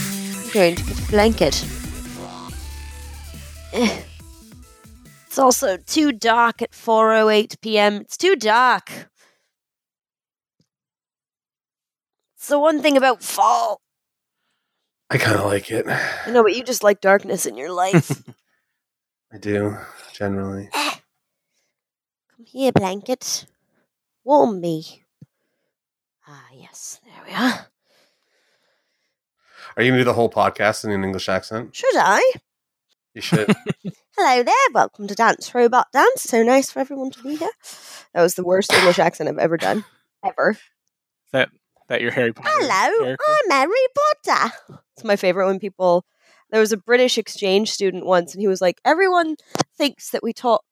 cocoon blanket. Eh. It's also too dark at 4:08 p.m. It's too dark. It's the one thing about fall. I kind of like it. I know, but you just like darkness in your life. I do, generally. Eh. Come here, blanket. Warm me. Ah, yes, there we are. Are you going to do the whole podcast in an English accent? Should I? You should. Hello there, welcome to Dance Robot Dance. So nice for everyone to be here. That was the worst English accent I've ever done. Ever. that your Harry Potter. Hello, character? I'm Harry Potter. It's my favorite when people. There was a British exchange student once, and he was like, Everyone thinks that we talk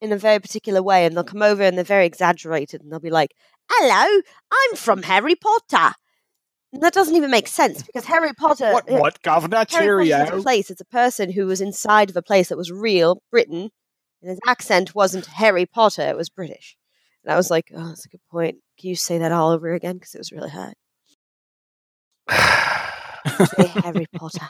in a very particular way, and they'll come over and they're very exaggerated, and they'll be like, Hello, I'm from Harry Potter. And that doesn't even make sense because Harry Oh, Potter. What, what, Governor Harry Potter is a Cheerio? place. It's a person who was inside of a place that was real, Britain, and his accent wasn't Harry Potter; it was British. And I was like, "Oh, that's a good point. Can you say that all over again? Because it was really hard." Say Harry Potter.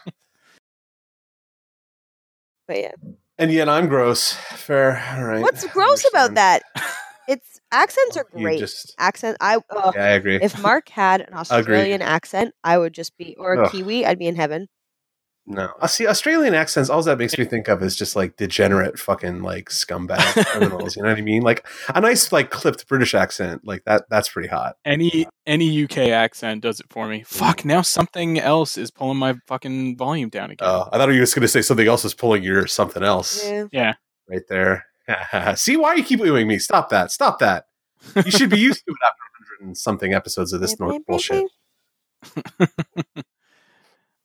But yeah, and yet I'm gross. Fair. All right. what's gross about that? It's accents are You great. just, Accent. I uh, yeah, I agree. if Mark had an Australian accent, I would just be or a Ugh. Kiwi. I'd be in heaven. No, I see Australian accents. All that makes me think of is just like degenerate, fucking like scumbag criminals. you know what I mean? Like a nice, like clipped British accent, like that. That's pretty hot. Any any UK accent does it for me. Fuck, now something else is pulling my fucking volume down again. Oh, I thought you were just going to say something else is pulling your something else Yeah. right there. see why you keep wooing me? Stop that! Stop that! You should be used to it after hundred and something episodes of this North bullshit.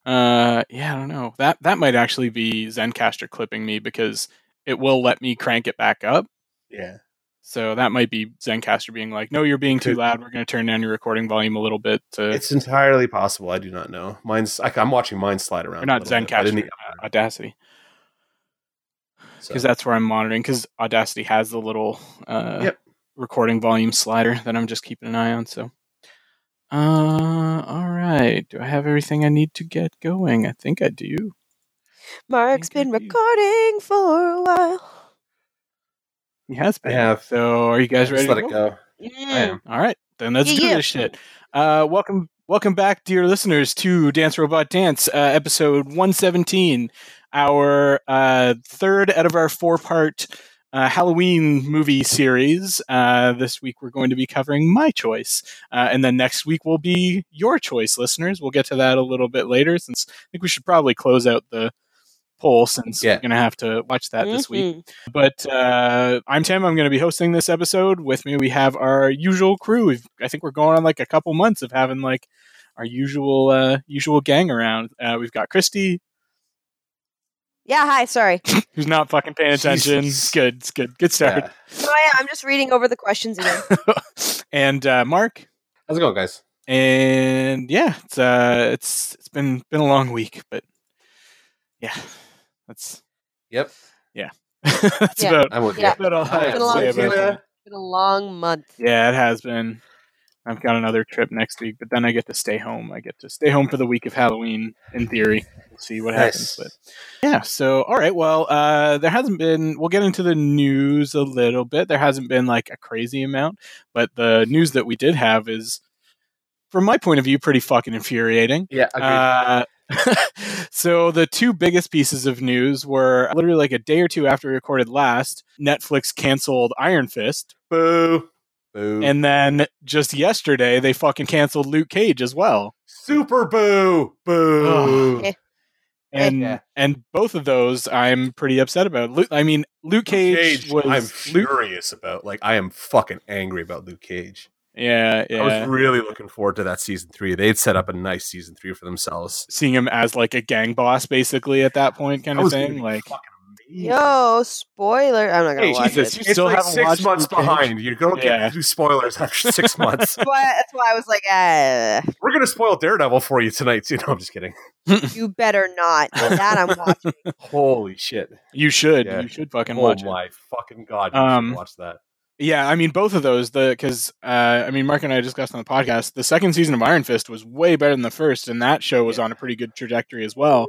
Uh, yeah, I don't know. That that might actually be ZenCaster clipping me because it will let me crank it back up. Yeah, So that might be ZenCaster being like, "No, you're being too Could- loud. We're going to turn down your recording volume a little bit." To it's entirely possible. I do not know. Mine's. I, I'm watching mine slide around. or not a little bit, but in ZenCaster, the- uh, Audacity, so- because that's where I'm monitoring. Because Audacity has the little uh, Yep. recording volume slider that I'm just keeping an eye on. So, uh, all right. Do I have everything I need to get going? I think I do. Mark's Thank been you. recording for a while. He has I been. have. So, are you guys ready? Just to Mm, let it roll? go. I am. All right, then let's Yeah, do yeah. this shit. Uh, welcome, welcome back, dear listeners, to Dance Robot Dance, uh, episode one seventeen, our uh, third out of our four part uh, Halloween movie series. Uh, this week we're going to be covering my choice, uh, and then next week will be your choice, listeners. We'll get to that a little bit later, since I think we should probably close out the poll since Yeah. we're going to have to watch that this week. Mm-hmm. But uh, I'm Tim. I'm going to be hosting this episode. With me, we have our usual crew. We've, I think we're going on like a couple months of having like our usual uh, usual gang around. Uh, we've got Christy, Yeah, hi, sorry. who's not fucking paying attention. Jesus. Good, it's good, good start. Yeah. No, I, I'm just reading over the questions again. and uh, Mark. How's it going, guys? And yeah, it's uh, it's it's been been a long week, but yeah, that's Yep. that's Yeah. about I'm with Yeah. you. about all I Been a long have to say about week. that. It's been a long month. Yeah, it has been. I've got another trip next week, but then I get to stay home. I get to stay home for the week of Halloween, in theory. We'll see what Nice. happens. But yeah, so all right. Well, uh, there hasn't been. We'll get into the news a little bit. There hasn't been like a crazy amount, but the news that we did have is, from my point of view, pretty fucking infuriating. Yeah, agreed. Uh, so the two biggest pieces of news were literally like a day or two after we recorded last, Netflix canceled Iron Fist. Boo. Boo. And then just yesterday, they fucking canceled Luke Cage as well. super boo. Boo. Ugh. And Yeah. and both of those, I'm pretty upset about. Luke, I mean, Luke Cage, Cage, was I'm Luke. furious about. Like, I am fucking angry about Luke Cage. Yeah, yeah. I was really looking forward to that season three. They'd set up a nice season three for themselves. Seeing him as like a gang boss, basically at that point, kind That of was gonna thing. be Like, fucking amazing. Yo, spoiler. I'm not going to Hey, watch Jesus, it. you you still still like haven't six watched months Luke Cage? behind. You don't Yeah. get to do spoilers after six months. That's why, that's why I was like, uh, We're gonna spoil Daredevil for you tonight too. No, I'm just kidding. you better not. That I'm watching. Holy shit! you should, Yeah. you should fucking oh watch it. my fucking god! You Um, should watch that. Yeah, I mean both of those. The because uh, I mean Mark and I discussed on the podcast the second season of Iron Fist was way better than the first, and that show was on a pretty good trajectory as well.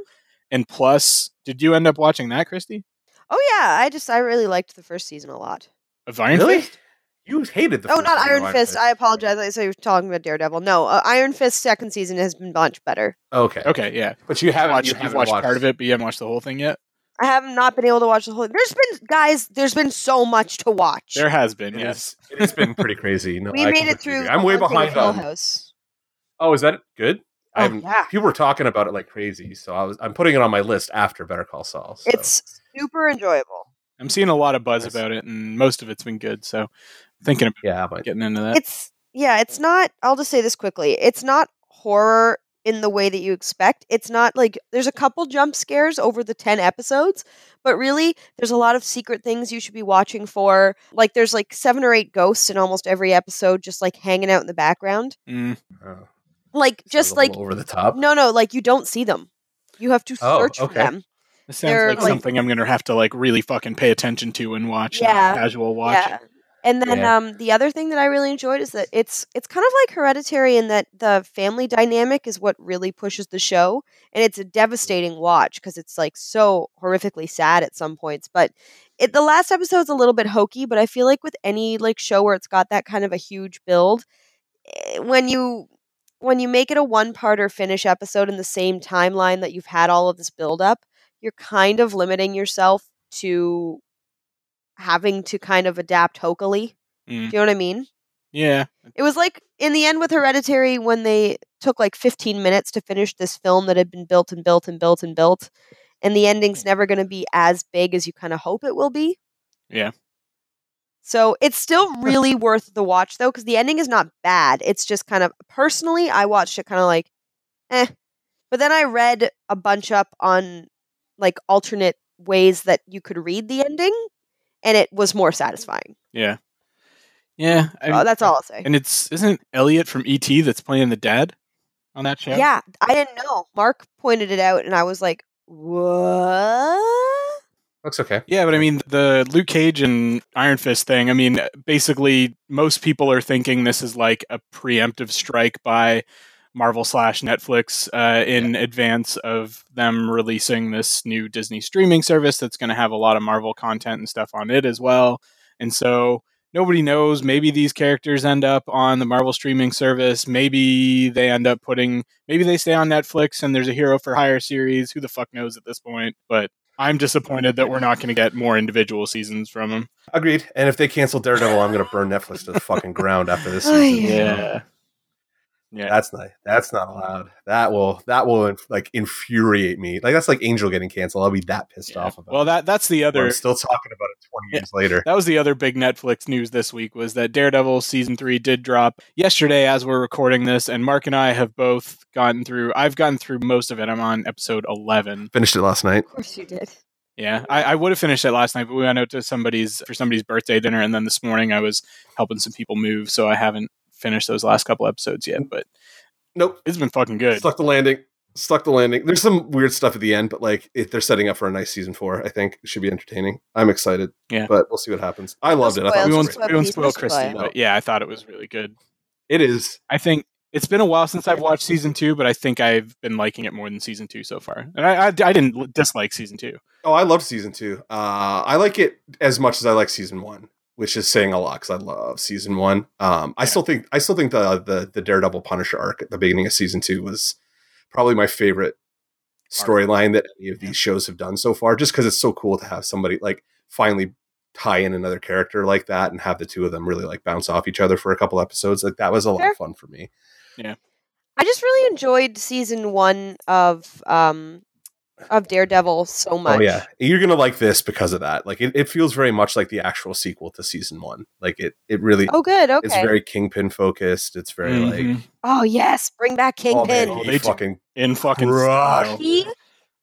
And plus, did you end up watching that, Christy? Oh yeah, I just I really liked the first season a lot. Of Iron really? Fist? You hated the oh, first not season of Iron Fist. I apologize. I thought you were talking about Daredevil. No, uh, Iron Fist second season has been much better. Okay. Okay, yeah. But you haven't, Watch, you you've haven't watched, part of it, but you haven't watched the whole thing yet. I have not been able to watch the whole. There's been guys. There's been so much to watch. There has been, It yes. is- it has been pretty crazy. No, we made I completely it through. agree. I'm way the whole thing behind of Hill on. House. Oh, is that good? I Oh, haven't yeah. people were talking about it like crazy, so I was I'm putting it on my list after Better Call Saul. so. It's super enjoyable. I'm seeing a lot of buzz Yes. about it, and most of it's been good. So, thinking about yeah, but getting into that. It's yeah. It's not. I'll just say this quickly. It's not horror in the way that you expect. It's not like there's a couple jump scares over the ten episodes, but really there's a lot of secret things you should be watching for. Like there's like seven or eight ghosts in almost every episode, just like hanging out in the background. Mm. oh, Like it's a just little like over the top. no, no. Like you don't see them. You have to Oh, search for okay. them. This sounds They're, like, like- something I'm going to have to like really fucking pay attention to and watch. not Yeah. casual watch. Yeah. And then Yeah. um, the other thing that I really enjoyed is that it's it's kind of like Hereditary in that the family dynamic is what really pushes the show, and it's a devastating watch because it's like so horrifically sad at some points. But it, the last episode's a little bit hokey, but I feel like with any like show where it's got that kind of a huge build, eh, when you when you make it a one part or finish episode in the same timeline that you've had all of this build up, you're kind of limiting yourself to having to kind of adapt hokily. Mm. Do you know what I mean? Yeah. It was like in the end with Hereditary when they took like 15 minutes to finish this film that had been built and built and built and built, and the Mm. ending's never going to be as big as you kind of hope it will be. Yeah. So it's still really worth the watch though, because the ending is not bad. It's just kind of personally, I watched it kind of like, eh. But then I read a bunch up on like alternate ways that you could read the ending, and it was more satisfying. Yeah. Yeah. Mm. I- Oh, that's all I'll say. And it's isn't Elliot from ET that's playing the dad on that show? Yeah. I didn't know. Mark pointed it out, and I was like, "What?" Looks okay. Yeah, but I mean the Luke Cage and Iron Fist thing. I mean, basically, most people are thinking this is like a preemptive strike by Marvel slash Netflix uh, in advance of them releasing this new Disney streaming service that's going to have a lot of Marvel content and stuff on it as well. And so nobody knows. Maybe these characters end up on the Marvel streaming service. Maybe they end up putting. Maybe they stay on Netflix and there's a Hero for Hire series. Who the fuck knows at this point? But I'm disappointed that we're not going to get more individual seasons from him. Agreed. And if they cancel Daredevil, I'm going to burn Netflix to the fucking ground after this Oh, season. yeah. Yeah. That's not that's not allowed. That will that will like infuriate me. Like that's like Angel getting canceled. I'll be that pissed Yeah. off about. Well, it. that that's the We're other still talking about it 20 Yeah. years later. that was the other big Netflix news this week was that Daredevil season 3 did drop yesterday as we're recording this and Mark and I have both gotten through I've gotten through most of it. I'm on episode 11. Finished it last night. Of course you did. Yeah, I, I would have finished it last night, but we went out to somebody's for somebody's birthday dinner, and then this morning I was helping some people move, so I haven't finished those last couple episodes yet. But Nope. it's been fucking good. Stuck the landing. Stuck the landing. There's some weird stuff at the end, but like if they're setting up for a nice season four. I think it should be entertaining. I'm excited. Yeah. But we'll see what happens. I loved it. I thought spoil. it we was won't, great. spoil- we won't please spoil don't Christy, spoil. but yeah, I thought it was really good. It is. I think it's been a while since I've watched season two, but I think I've been liking it more than season two so far. And I, I, I didn't dislike season two. Oh, I love season two. Uh, I like it as much as I like season one, which is saying a lot because I love season one. Um, I Yeah. still think I still think the the the Daredevil Punisher arc at the beginning of season two was probably my favorite storyline that any of these shows have done so far, just because it's so cool to have somebody like finally tie in another character like that and have the two of them really like bounce off each other for a couple episodes. Like that was a lot Sure. of fun for me. I just really enjoyed season one of um of Daredevil so much. Oh yeah, you're gonna like this because of that. Like it, it feels very much like the actual sequel to season one. Like it it really Oh good. Okay. It's very kingpin focused. It's very like Mhm. oh yes, bring back oh, man, Kingpin. Oh, he they do- fucking in fucking Crush. style. he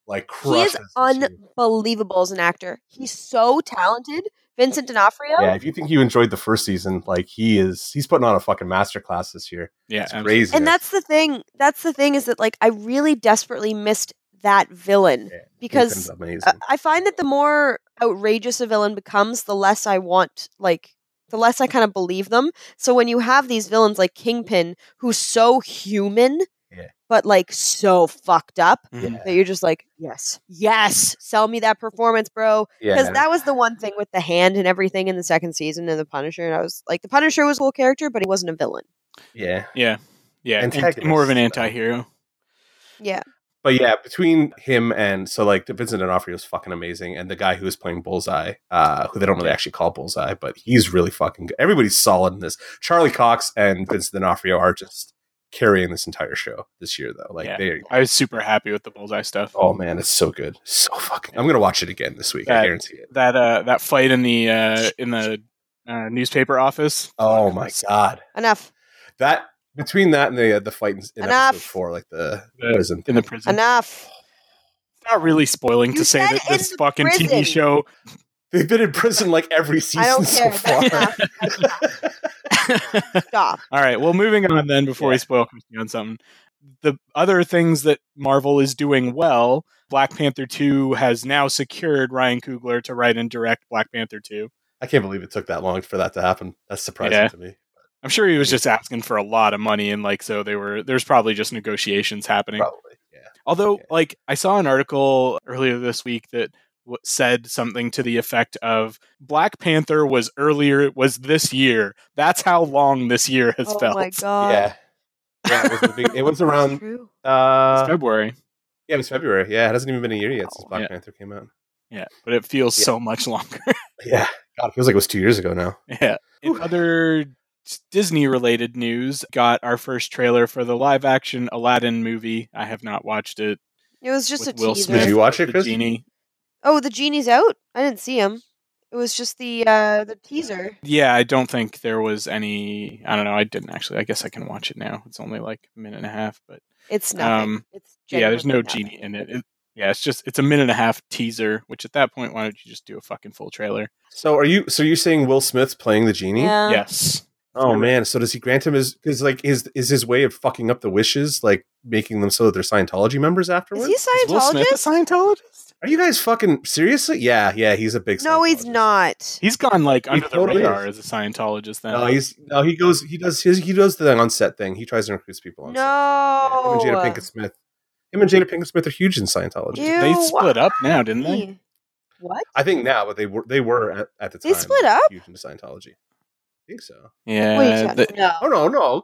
like he is crushes. this year. unbelievable as an actor. He's so talented. Vincent D'Onofrio. Yeah, if you think you enjoyed the first season, like he is, he's putting on a fucking masterclass this year. yeah, It's absolutely. crazy. And that's the thing. That's the thing is that like I really desperately missed that villain Yeah, Kingpin's because uh, amazing. I I find that the more outrageous a villain becomes, the less I want like the less I kind of believe them. So when you have these villains like Kingpin, who's so human, Yeah. but like so fucked up Mhm. that you're just like, yes, yes, sell me that performance, bro. Because that was the one thing with the hand and everything in the second season and the Punisher. And I was like, the Punisher was a cool character, but he wasn't a villain. yeah. Yeah. Yeah. and Antagonist, more of an though. anti-hero. Yeah. But yeah, between him and so like Vincent D'Onofrio was fucking amazing, and the guy who was playing Bullseye, uh, who they don't really actually call Bullseye, but he's really fucking good. Everybody's solid in this. Charlie Cox and Vincent D'Onofrio are just carrying this entire show this year, though. Like Yeah. they, I was super happy with the bullseye stuff. oh man, it's so good, so fucking. I'm gonna watch it again this week. Yeah. I guarantee it. That uh, that fight in the uh, in the uh, newspaper office. Oh my god, Enough. that between that and the uh, the fight in, in Enough. episode four, like the, The- prison. In the prison. Enough. It's not really spoiling You to say said that in this the fucking prison. TV show. They've been in prison like every season I don't so care. far. Enough. Stop. All right. Well, moving on then before we Yeah. spoil Christy on something. The other things that Marvel is doing well, Black Panther 2 has now secured Ryan Coogler to write and direct Black Panther 2. I can't believe it took that long for that to happen. That's surprising Yeah. to me. I'm sure he was just asking for a lot of money and like so they were there's probably just negotiations happening. Probably, yeah. Although Yeah. like I saw an article earlier this week that w- said something to the effect of Black Panther was earlier was this year. That's how long this year has oh felt. my god. yeah. um, Yeah, it was, the big, it was around. True. It's Uh, February. Oh, yeah, it was February. Yeah, it hasn't even been a year yet since Wow. Black Yeah. Panther came out. Yeah, but it feels Yeah. so much longer. Yeah, God, it feels like it was two years ago now. Yeah. In Whew. other Disney related news, got our first trailer for the live action Aladdin movie. I have not watched it. It was just With a Will teaser. Smith. Did you watch it, The Chris? genie. Oh, the genie's out. I didn't see him. It was just the uh, the teaser. Yeah, I don't think there was any I don't know, I didn't actually. I guess I can watch it now. It's only like a minute and a half, but It's nothing. Um, it's yeah, there's no genuinely nothing. genie in it. It- Yeah, it's just it's a minute and a half teaser, which at that point why don't you just do a fucking full trailer? So are you? So you're saying Will Smith's playing the genie? Yeah. yes. Oh man. So does he grant him his? Because like, is is his way of fucking up the wishes like making them so that they're Scientology members Is afterwards? he a Is Will Smith a Scientologist? Scientologist? Are you guys fucking seriously? Yeah, yeah. He's a big. No, he's Scientologist. not. He's gone like under the totally radar as a Scientologist then. No, he's no. He goes. He does his. He does the on set thing. He tries to recruit people on No. set. Yeah, him and Jada Pinkett Smith. Him and Jada Pinkett Smith are huge in Scientology. Ew. they split up now, didn't they? What? I think now, but they were they were at, at the They time. split up? Huge into Scientology. I think so. Yeah. Wait, Uh, the- no. Oh no, no.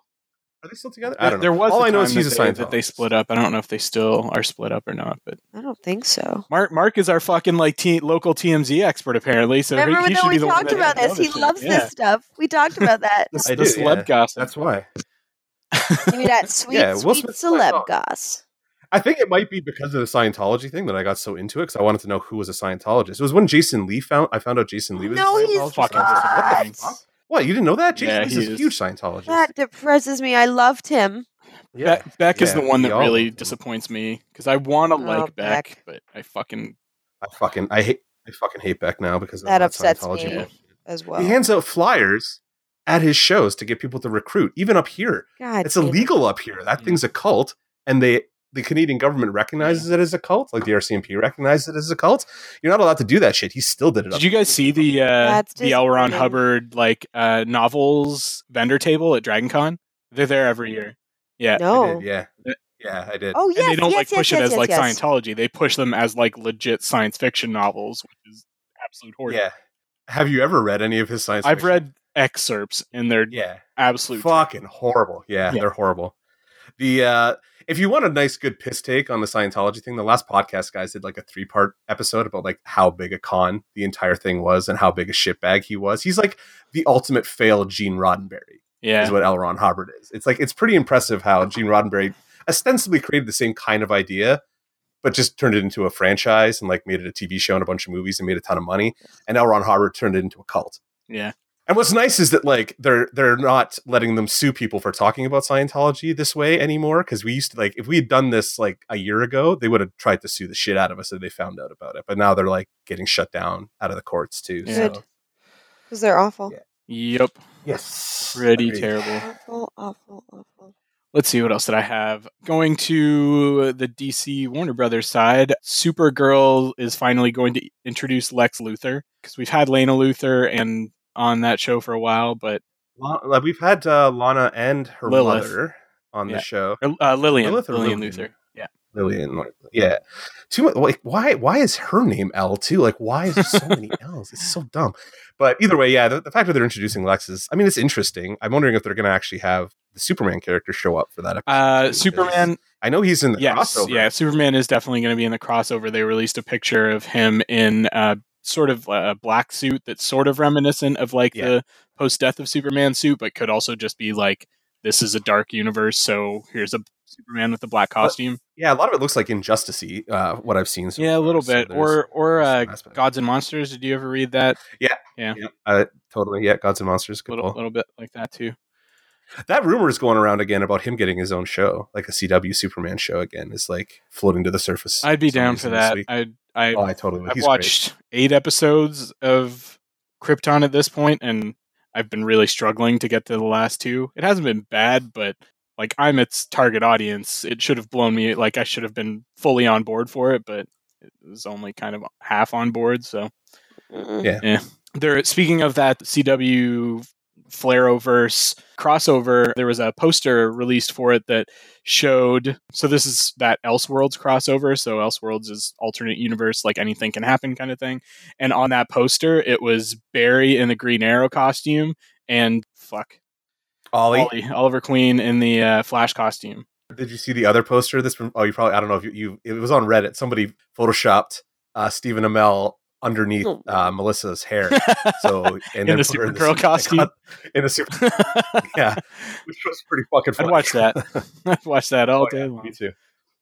Are they still together? I don't know. There was All a I know is time he's a that they- Scientologist. that they split up. I don't know if they still are split up or not. But I don't think so. Mark Mark is our fucking like t- local TMZ expert apparently. So Remember he, he when should we be the one talked that about this? knows He shit. loves Yeah. this stuff. We talked about that. This, I the do, celeb yeah. gossip. That's why. Give me that sweet, Yeah, Will sweet Smith's celeb like, oh. goss. I think it might be because of the Scientology thing that I got so into it because I wanted to know who was a Scientologist. It was when Jason Lee found I found out Jason Lee was No, a he's Scientologist. fucking I was like, what the not. fuck? What, you didn't know that? Jason Yeah, Lee's he a is. huge Scientologist. That depresses me. I loved him. yeah. Beck, Beck is Yeah, the one we that all really love him. disappoints me because I want to Oh, like Beck, Beck. but I fucking I fucking I hate I fucking hate Beck now because of That upsets Scientology. me bullshit. as well. He hands out flyers at his shows to get people to recruit, even up here. God, it's damn it. illegal up here. That Yeah. thing's a cult, and they the Canadian government recognizes it as a cult, like the RCMP recognizes it as a cult. You're not allowed to do that shit. He still did it. up Did you guys see the uh, That's the L. Ron disappointing. Hubbard like uh, novels vendor table at DragonCon? They're there every year. Yeah. there. I No. did, yeah, yeah, I did. Oh And yes, they don't yes, like yes, push yes, it as yes, like yes. Scientology. They push them as like legit science fiction novels, which is absolute horror. yeah. Have you ever read any of his science? I've fiction? read excerpts and they're Yeah, absolute. fucking horrible. Yeah, Yeah. they're horrible. The uh if you want a nice good piss take on the Scientology thing, the last podcast guys did like a three part episode about like how big a con the entire thing was and how big a shitbag he was. He's like the ultimate failed Gene Roddenberry. yeah. is what L. Ron Hubbard is. It's like it's pretty impressive how Gene Roddenberry ostensibly created the same kind of idea, but just turned it into a franchise and like made it a TV show and a bunch of movies and made a ton of money. And L. Ron Hubbard turned it into a cult. yeah. And what's nice is that like they're they're not letting them sue people for talking about Scientology this way anymore. Because we used to like if we had done this like a year ago, they would have tried to sue the shit out of us if they found out about it. But now they're like getting shut down out of the courts too. Yeah. Good. So Because they're awful. Yeah. Yep. yes, Pretty Agreed. terrible. Awful, awful, awful. Let's see what else did I have. Going to the DC Warner Brothers side, Supergirl is finally going to introduce Lex Luthor because we've had Lana Luthor and on that show for a while, but La- like, we've had uh, Lana and her Lilith. mother on Yeah. the show. or, uh, Lillian, Lilith or Lillian? Lillian Luther. Yeah, Lillian, like, yeah. Too much. Like, why? Why is her name L too? Like, why is there so many L's? It's so dumb. But either way, yeah. The, the fact that they're introducing Lex is, I mean, it's interesting. I'm wondering if they're going to actually have the Superman character show up for that. Episode too, uh, because Superman. I know he's in the Yes, crossover. yeah, Superman is definitely going to be in the crossover. They released a picture of him in uh, sort of a black suit that's sort of reminiscent of like Yeah. the post death of Superman suit, but could also just be like this is a dark universe, so here's a Superman with a black costume. yeah. A lot of it looks like Injustice. Uh, what I've seen. so yeah, a far, little so bit. there's- or or there's uh, some aspect. Gods and Monsters. Did you ever read that? Yeah, uh, totally. Yeah, Gods and Monsters. A Good little, call. little bit like that too. That rumor is going around again about him getting his own show, like a CW Superman show again. Is like floating to the surface. I'd be some down for reason this that. week. I I Oh, I totally. would. I've He's great. watched eight episodes of Krypton at this point, and I've been really struggling to get to the last two. It hasn't been bad, but like I'm its target audience. It should have blown me. Like I should have been fully on board for it, but it was only kind of half on board. So Mm. Yeah. there. Speaking of that CW Flareoverse crossover, there was a poster released for it that showed. So this is that Elseworlds crossover. So Elseworlds is alternate universe, like anything can happen kind of thing. And on that poster, it was Barry in the Green Arrow costume and fuck Ollie, Ollie, Oliver Queen in the uh, Flash costume. did you see the other poster? This from oh, you probably I don't know if you, you it was on Reddit. Somebody photoshopped uh, Stephen Amell underneath Oh. uh, Melissa's hair. So and then In the put her Supergirl Superman costume? co- in the super yeah, which was pretty fucking. I'd Funny. watch that. I'd watch that all Oh, day yeah, long. Me too.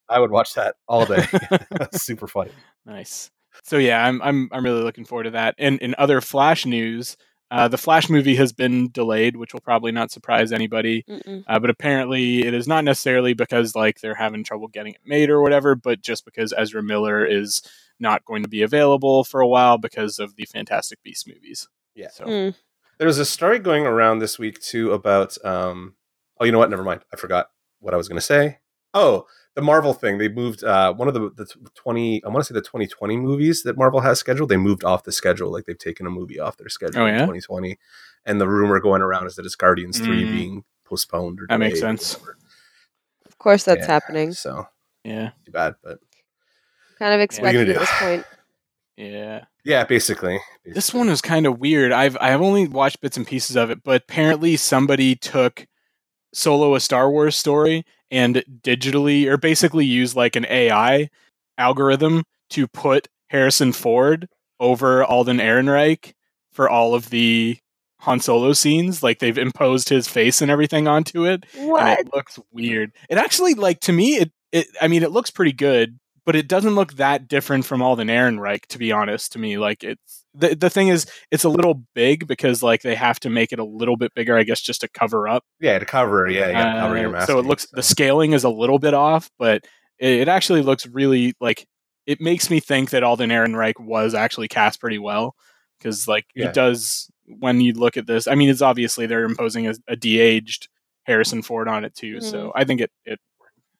I would watch that all day. super funny. Nice. So yeah, I'm I'm I'm really looking forward to that. And in other Flash news, uh, the Flash movie has been delayed, which will probably not surprise anybody. Mm-mm. Uh, but apparently, it is not necessarily because like they're having trouble getting it made or whatever, but just because Ezra Miller is not going to be available for a while because of the Fantastic Beasts movies. Yeah. So Mm. There was a story going around this week too about um oh you know what never mind I forgot what I was going to say. Oh, the Marvel thing. They moved uh one of the the 20 I want to say the 2020 movies that Marvel has scheduled, they moved off the schedule like they've taken a movie off their schedule Oh, in yeah? 2020. And the rumor going around is that it's Guardians 3 Mm. being postponed or That makes delayed or sense. whatever. Of course, that's Yeah. happening. So, yeah, too bad, but Kind of What are you expected gonna at this do? point. yeah. yeah, basically. This basically. one was kind of weird. I've I've only watched bits and pieces of it, but apparently somebody took Solo a Star Wars story and digitally or basically used like an AI algorithm to put Harrison Ford over Alden Ehrenreich for all of the Han Solo scenes. Like they've imposed his face and everything onto it What? and it looks weird. It actually, like to me, it, it I mean, it looks pretty good, but it doesn't look that different from Alden Ehrenreich, to be honest. To me, like it's the the thing is, it's a little big because like they have to make it a little bit bigger, I guess, just to cover up. yeah, to cover, yeah, you got to cover your Uh, mask. so it looks the scaling is a little bit off, but it, it actually looks really like it makes me think that Alden Ehrenreich was actually cast pretty well because like Yeah. he does when you look at this. I mean, it's obviously they're imposing a, a de-aged Harrison Ford on it too, so I think it it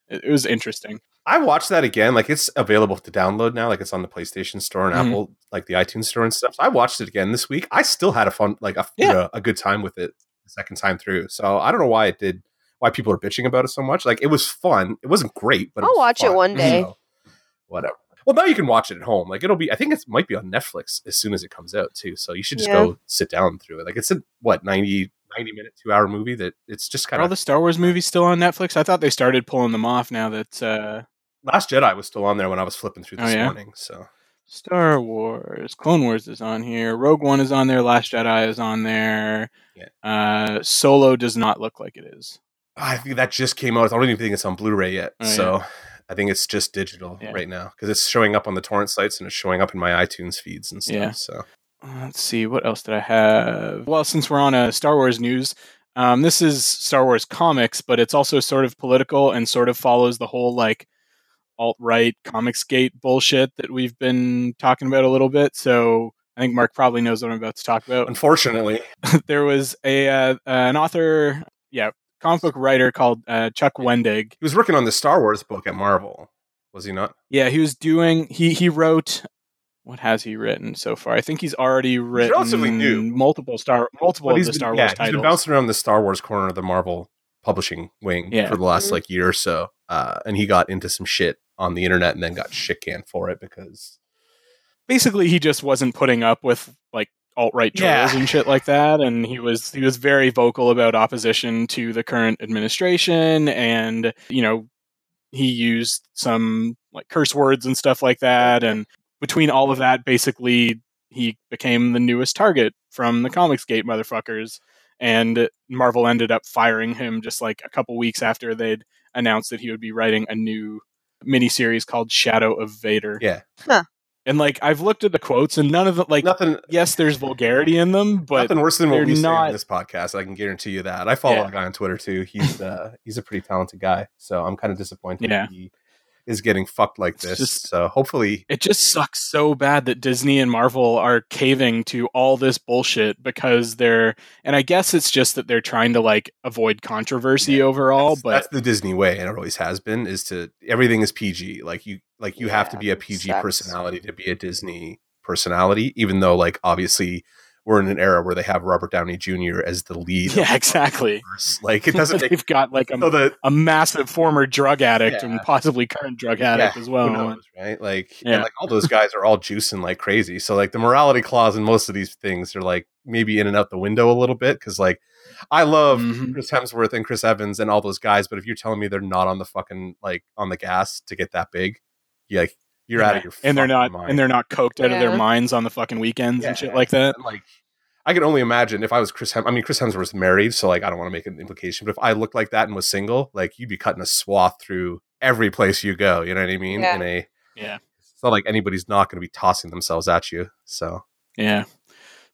it was interesting. I watched that again. Like it's available to download now. Like it's on the PlayStation Store and Mm-hmm. Mhm. Apple, like the iTunes Store and stuff. So I watched it again this week. I still had a fun, like a Yeah. you know, a good time with it the second time through. So I don't know why it did, why people are bitching about it so much. Like it was fun. It wasn't great, but it I'll was watch it fun. one day. So, whatever. Well, now you can watch it at home. Like it'll be. I think it might be on Netflix as soon as it comes out too. So you should just Yeah. go sit down through it. Like it's a what 90, 90 minute, two hour movie that it's just Are kind all of. the Star Wars movies still on Netflix? I thought they started pulling them off now that uh, Last Jedi was still on there when I was flipping through Oh, this yeah? morning. So Star Wars, Clone Wars is on here. Rogue One is on there. Last Jedi is on there. Yeah. Uh, Solo does not look like it is. I think that just came out. I don't even think it's on Blu-ray yet. Oh, so I think it's just digital Yeah. right now because it's showing up on the torrent sites and it's showing up in my iTunes feeds and stuff. Yeah. So Let's see what else did I have. Well, since we're on a Star Wars news, um, this is Star Wars comics, but it's also sort of political and sort of follows the whole like alt right comics gate bullshit that we've been talking about a little bit. So I think Mark probably knows what I'm about to talk about. unfortunately, there was a uh, an author, yeah, comic book writer called uh, Chuck Wendig. he was working on the Star Wars book at Marvel, was he not? Yeah, he was doing he he wrote What has he written so far? I think he's already written relatively new. multiple Star multiple But of he's the been- Star yeah, Wars He's been titles. bouncing around the Star Wars corner of the Marvel publishing wing Yeah. for the last Mhm. like year or so. Uh, and he got into some shit on the internet and then got shit canned for it because basically he just wasn't putting up with like alt right trolls Yeah. and shit like that, and he was he was very vocal about opposition to the current administration, and you know he used some like curse words and stuff like that, and between all of that, basically he became the newest target from the Comicsgate motherfuckers, and Marvel ended up firing him just like a couple weeks after they'd announced that he would be writing a new miniseries called Shadow of Vader. Yeah. Huh. And like I've looked at the quotes and none of them like nothing yes, there's vulgarity in them, but nothing worse than what they're we say not- on this podcast. I can guarantee you that. I follow Yeah. a guy on Twitter too. He's uh, he's a pretty talented guy. So I'm kind of disappointed Yeah. he is getting fucked like It's this. just- so hopefully it just sucks so bad that Disney and Marvel are caving to all this bullshit because they're and I guess it's just that they're trying to like avoid controversy Yeah, overall, that's, but that's the Disney way, and it always has been. Is to everything is PG. Like you, like you have to Yeah, be a PG sucks. personality to be a Disney personality. Even though, like, obviously, we're in an era where they have Robert Downey Jr. as the lead. of yeah, exactly. course. Like it doesn't make They've got like so a, the a massive former drug addict Yeah. and possibly current drug addict Yeah, as who well. knows, right? Like, Yeah. and, like all those guys are all juicing like crazy. So like the morality clause in most of these things are like maybe in and out the window a little bit because like I love Mhm. Chris Hemsworth and Chris Evans and all those guys, but if you're telling me they're not on the fucking like on the gas to get that big, you like you're out Yeah. of your and they're not fucking mind. and they're not coked out of their Yeah. minds on the fucking weekends and Yeah. shit like that. And, like I can only imagine if I was Chris. Hem- I mean, Chris Hemsworth's married, so like I don't want to make an implication. But if I looked like that and was single, like you'd be cutting a swath through every place you go. You know what I mean? Yeah. In a Yeah. it's not like anybody's not going to be tossing themselves at you. So Yeah.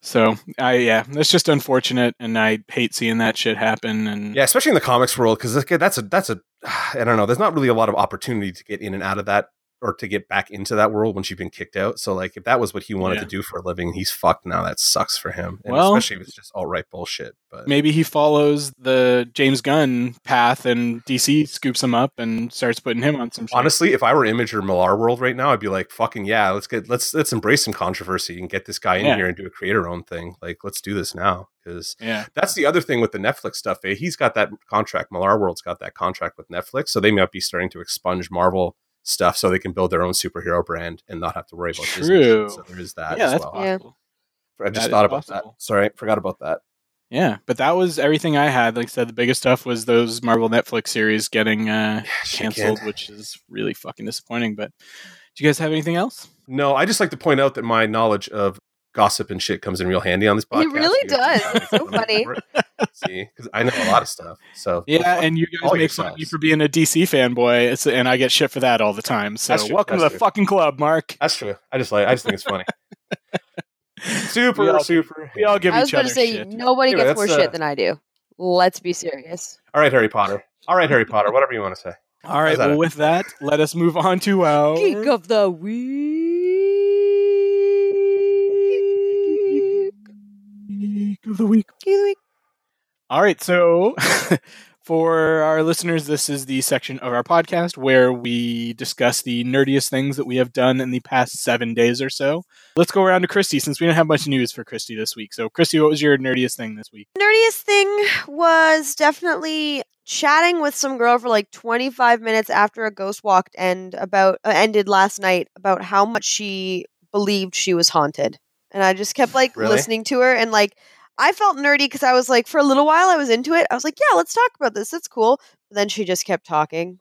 So I yeah, that's just unfortunate, and I hate seeing that shit happen. And yeah, especially in the comics world, because that's a that's a I don't know. There's not really a lot of opportunity to get in and out of that or to get back into that world once you've been kicked out. So like if that was what he wanted Yeah. to do for a living, he's fucked now. That sucks for him. And Well- especially if it's just all right bullshit. But maybe he follows the James Gunn path, and DC scoops him up and starts putting him on some. Shit. honestly, if I were Image or Millar World right now, I'd be like, fucking yeah, let's get let's let's embrace some controversy and get this guy in Yeah. here and do a creator own thing. Like let's do this now because yeah, that's the other thing with the Netflix stuff. Eh? He's got that contract. Millar World's got that contract with Netflix, so they might be starting to expunge Marvel stuff so they can build their own superhero brand and not have to worry about Disney. True. shit. So there is that. yeah, as that's well. Yeah. possible. I just That thought is about possible. that. Sorry, forgot about that. Yeah. but that was everything I had. Like I said, the biggest stuff was those Marvel Netflix series getting uh, Shit, kid. canceled, which is really fucking disappointing. But do you guys have anything else? No, I just like to point out that my knowledge of gossip and shit comes in real handy on this podcast. He really You guys does. can It's so tell me funny. for it. See, because I know a lot of stuff. So Yeah, and you guys all make fun of yourselves. me for being a DC fanboy, it's, and I get shit for that all the time. So That's true, welcome to the that's true. fucking club, Mark. that's true. I just like I just think it's funny. Super, We all- super. We all give I was each about other to say shit. nobody Anyway, gets more that's, uh, shit than I do. Let's be serious. all right, Harry Potter. All right, Harry Potter. Whatever you want to say. All right. How's that? Well, with that, let us move on to our Geek of the week. Geek Geek of the week. of the week. All right. So, for our listeners, this is the section of our podcast where we discuss the nerdiest things that we have done in the past seven days or so. Let's go around to Christy since we don't have much news for Christy this week. So, Christy, what was your nerdiest thing this week? nerdiest thing was definitely chatting with some girl for like 25 minutes after a ghost walked and about uh, ended last night about how much she believed she was haunted and i just kept like Really? listening to her and like i felt nerdy because i was like for a little while i was into it i was like yeah let's talk about this it's cool but then she just kept talking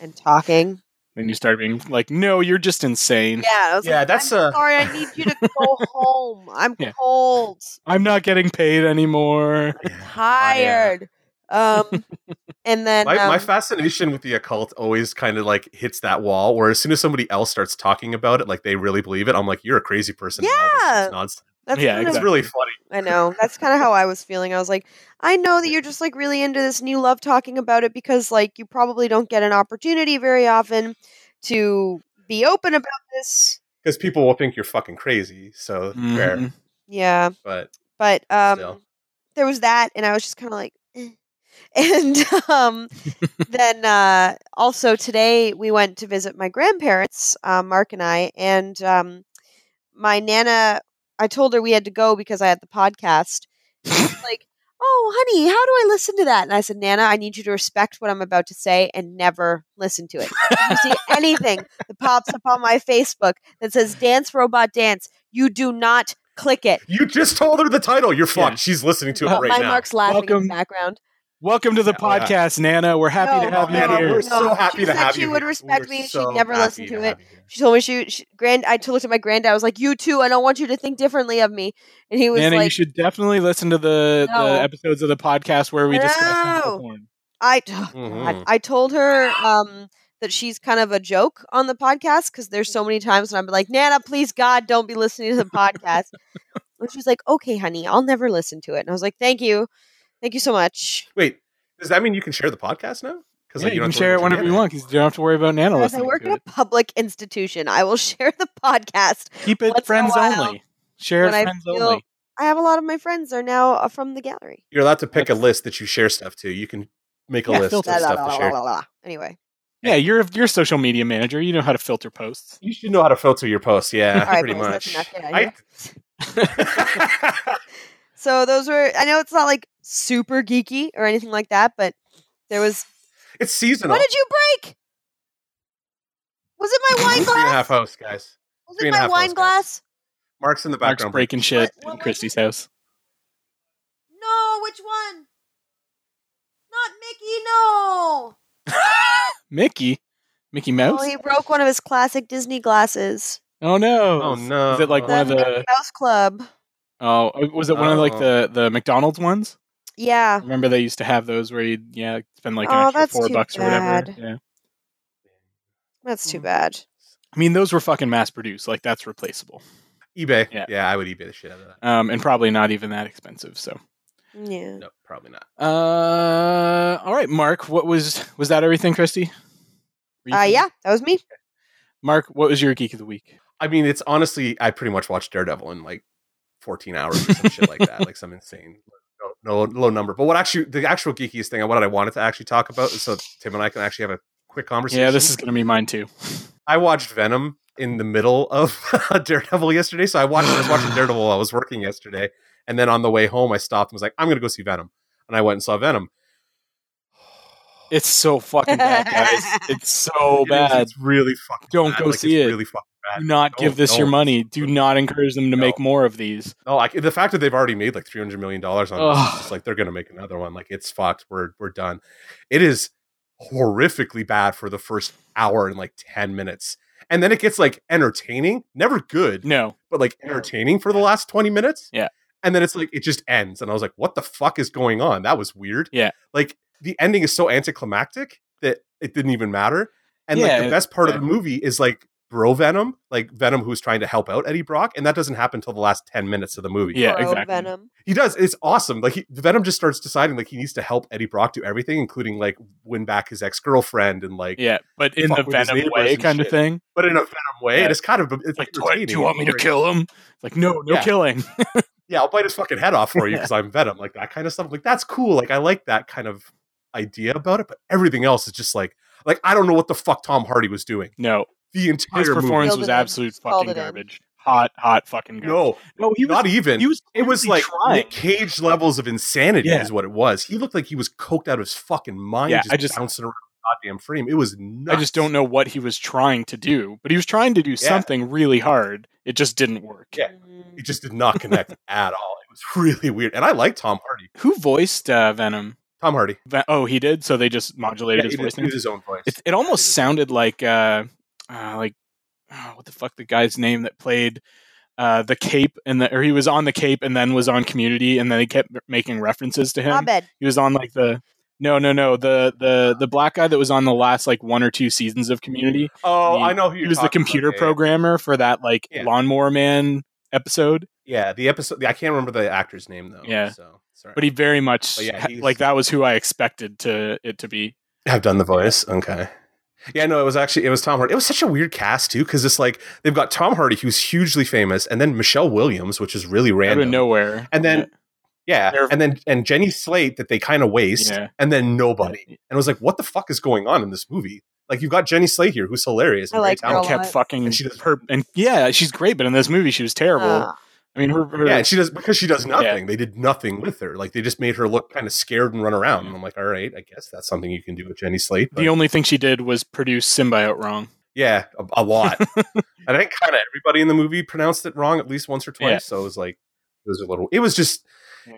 and talking And you started being like, "No, you're just insane. yeah I was like, Yeah, that's, "I'm uh, sorry i need you to go home i'm Yeah. cold I'm not getting paid anymore." tired um and then My, my um, fascination with the occult always kind of like hits that wall where as soon as somebody else starts talking about it, like they really believe it, I'm like, you're a crazy person. and all this Yeah. is nonsense. That's Yeah, kind It's of, exactly. really funny. I know. That's kind of how I was feeling. I was like, I know that you're just like really into this and you love talking about it because like you probably don't get an opportunity very often to be open about this. Because people will think you're fucking crazy. So fair. Mhm. Yeah. But But um Still. there was that and I was just kind of like eh. and um then uh also today we went to visit my grandparents, uh, Mark and I and um my nana, I told her we had to go because I had the podcast. She's like, oh, honey, how do I listen to that? And I said, Nana, I need you to respect what I'm about to say and never listen to it. If you see anything that pops up on my Facebook that says Dance Robot Dance, you do not click it. You just told her the title. You're fucked. Yeah. She's listening to it Well, right Uh, my now. Mark's laughing in Welcome. the background. Welcome to the Oh, yeah. podcast, Nana. We're happy to No, have you no, Nana, here. Oh, We're so happy She to said have she you. would here. respect We're me and so she'd never happy listen to have it. you here. She told me she, she grand. I looked at my granddad. I was like, "You too. I don't want you to think differently of me." And he was Nana, you like, should definitely listen to the, No. the episodes of the podcast where we discuss No. actual porn. "I, oh, God. Mhm. I told her um, that she's kind of a joke on the podcast because there's so many times when I'm like, Nana, please God, don't be listening to the podcast." and she's like, "Okay, honey, I'll never listen to it." And I was like, "Thank you, thank you so much." Wait, does that mean you can share the podcast now? Because Yeah, you can share it whenever you want because you don't have to worry about Nana As I listening work to at it. a public institution, I will share the podcast Keep once in it a friends while only. Share it when I friends feel- only. I have a lot of my friends are now uh, from the gallery. You're allowed to pick a list that you share stuff to. You can make a Yeah, list of filter. Oh, La, stuff la, la, to la, share. la, la. Anyway, Yeah, you're you're a social media manager. You know how to filter posts. You should know how to filter your posts. Yeah, all right, pretty boys, much. that's enough. Get out of I- here. So those were. I know it's not like super geeky or anything like that, but there was. it's seasonal. What did you break? Was it my wine Three and a glass? half hosts, guys. Was it three and a my half wine house, guys. glass? Mark's in the Mark's background. breaking shit What- what in was Christie's it? house. No, which one? Not Mickey. No. Mickey, Mickey Mouse. Oh, he broke one of his classic Disney glasses. Oh no! Oh, no. Is it like one of The the? Mouse Club. Oh, was it one of like Oh. the the McDonald's ones? Yeah. Remember they used to have those where you would yeah spend like an Uh. Oh, extra that's four too bucks or bad. whatever. Yeah. That's too Hmm. Mm. bad. I mean those were fucking mass produced. Like that's replaceable. eBay. Yeah. Yeah. I would eBay the shit out of that. Um, and probably not even that expensive. So. Yeah. No, probably not. Uh, all right, Mark. What was was that everything, Christy? Were you Uh, finished? yeah, that was me. Mark, what was your geek of the week? I mean, it's honestly, I pretty much watched Daredevil in like 14 hours or some shit like that, like some insane no, no low number. But what actually, the actual geekiest thing, what I wanted to actually talk about, is so Tim and I can actually have a quick conversation. Yeah, this is gonna be mine too. I watched Venom in the middle of Daredevil yesterday, so I watched. I was watching Daredevil while I was working yesterday, and then on the way home, I stopped and was like, "I'm going to go see Venom," and I went and saw Venom. It's so fucking bad, guys. It's so It is- bad. It's really fucking. Don't bad. go Like, see it's it. Really fucking bad. Do not No, give this your don't. money. Do not encourage them to No. make more of these. No, like Oh, the fact that they've already made like three hundred million dollars on this, Ugh. it's just like they're gonna make another one. Like it's fucked. We're we're done. It is horrifically bad for the first hour and like ten minutes, and then it gets like entertaining, never good, No. but like entertaining for the last twenty minutes. Yeah. and then it's like it just ends, and I was like, what the fuck is going on? That was weird. Yeah. like the ending is so anticlimactic that it didn't even matter. And like Yeah, the best part of yeah. the movie is like bro Venom, like Venom who's trying to help out Eddie Brock, and that doesn't happen until the last ten minutes of the movie Yeah, Bro exactly. Venom. he does. It's awesome. Like he, Venom just starts deciding like he needs to help Eddie Brock do everything, including like win back his ex girlfriend and like, Yeah, but in Fuck the with his Venom neighbors way and kind of shit. thing. but in a Venom way. Yeah. And it's kind of it's It's like, do, I, entertaining. do you want me to kill him? It's like, no, no Yeah. killing. Yeah, I'll bite his fucking head off for you because I'm Venom. Like that kind of stuff. Like that's cool. Like I like that kind of idea about it. But everything else is just like like I don't know what the fuck Tom Hardy was doing No, the entire his performance Reeled was it in. absolute Just called fucking it in. garbage. Hot, hot fucking movie. garbage. No, no, he was. not even. he was. it was clearly like trying. Nick Cage levels of insanity Yeah. is what it was. He looked like he was coked out of his fucking mind, Yeah, just, I just- bouncing around the goddamn frame. It was I nuts. just don't know what he was trying to do, but he was trying to do something really hard. It just didn't work. Yeah. Mm. it just did not connect at all. It was really weird. And I like Tom Hardy. Who voiced uh, Venom? Tom Hardy. Ve- oh, he did. So they just modulated Yeah, his he voice. did, he did his own voice. It, it almost It is- sounded like uh, uh like oh, what the fuck the guy's name that played uh the Cape and the or he was on the Cape and then was on Community and then they kept making references to him. Abed. He was on like the no no no the the the black guy that was on the last like one or two seasons of Community. oh, he- I know who He you're was the talking computer about. Yeah, programmer for that like Yeah. Lawnmower Man episode, Yeah, yeah, the episode. I can't remember the actor's name though. Yeah. So sorry. but he very much Oh, yeah, ha- he's- like that was who I expected to it to be. have done the voice. Okay. Yeah, no, it was actually it was Tom Hardy. It was such a weird cast too, because it's like they've got Tom Hardy, who's hugely famous, and then Michelle Williams, which is really Out of random. nowhere. And then yeah, They're- and then and Jenny Slate that they kind of waste, Yeah. and then nobody. And it was like, what the fuck is going on in this movie? Like you've got Jenny Slate here, who's hilarious. I And very like her a talented. lot. kept fucking And she does- her and yeah, she's great, but in this movie she was terrible. Uh, I mean, her, her Yeah, and she does because she does nothing. They did nothing with her. Like they just made her look kind of scared and run around. And I'm like, all right, I guess that's something you can do with Jenny Slate. But the only thing she did was produce symbiote wrong. yeah, a, a lot. and I think kind of everybody in the movie pronounced it wrong at least once or twice. Yeah. So it was like it was a little. It was just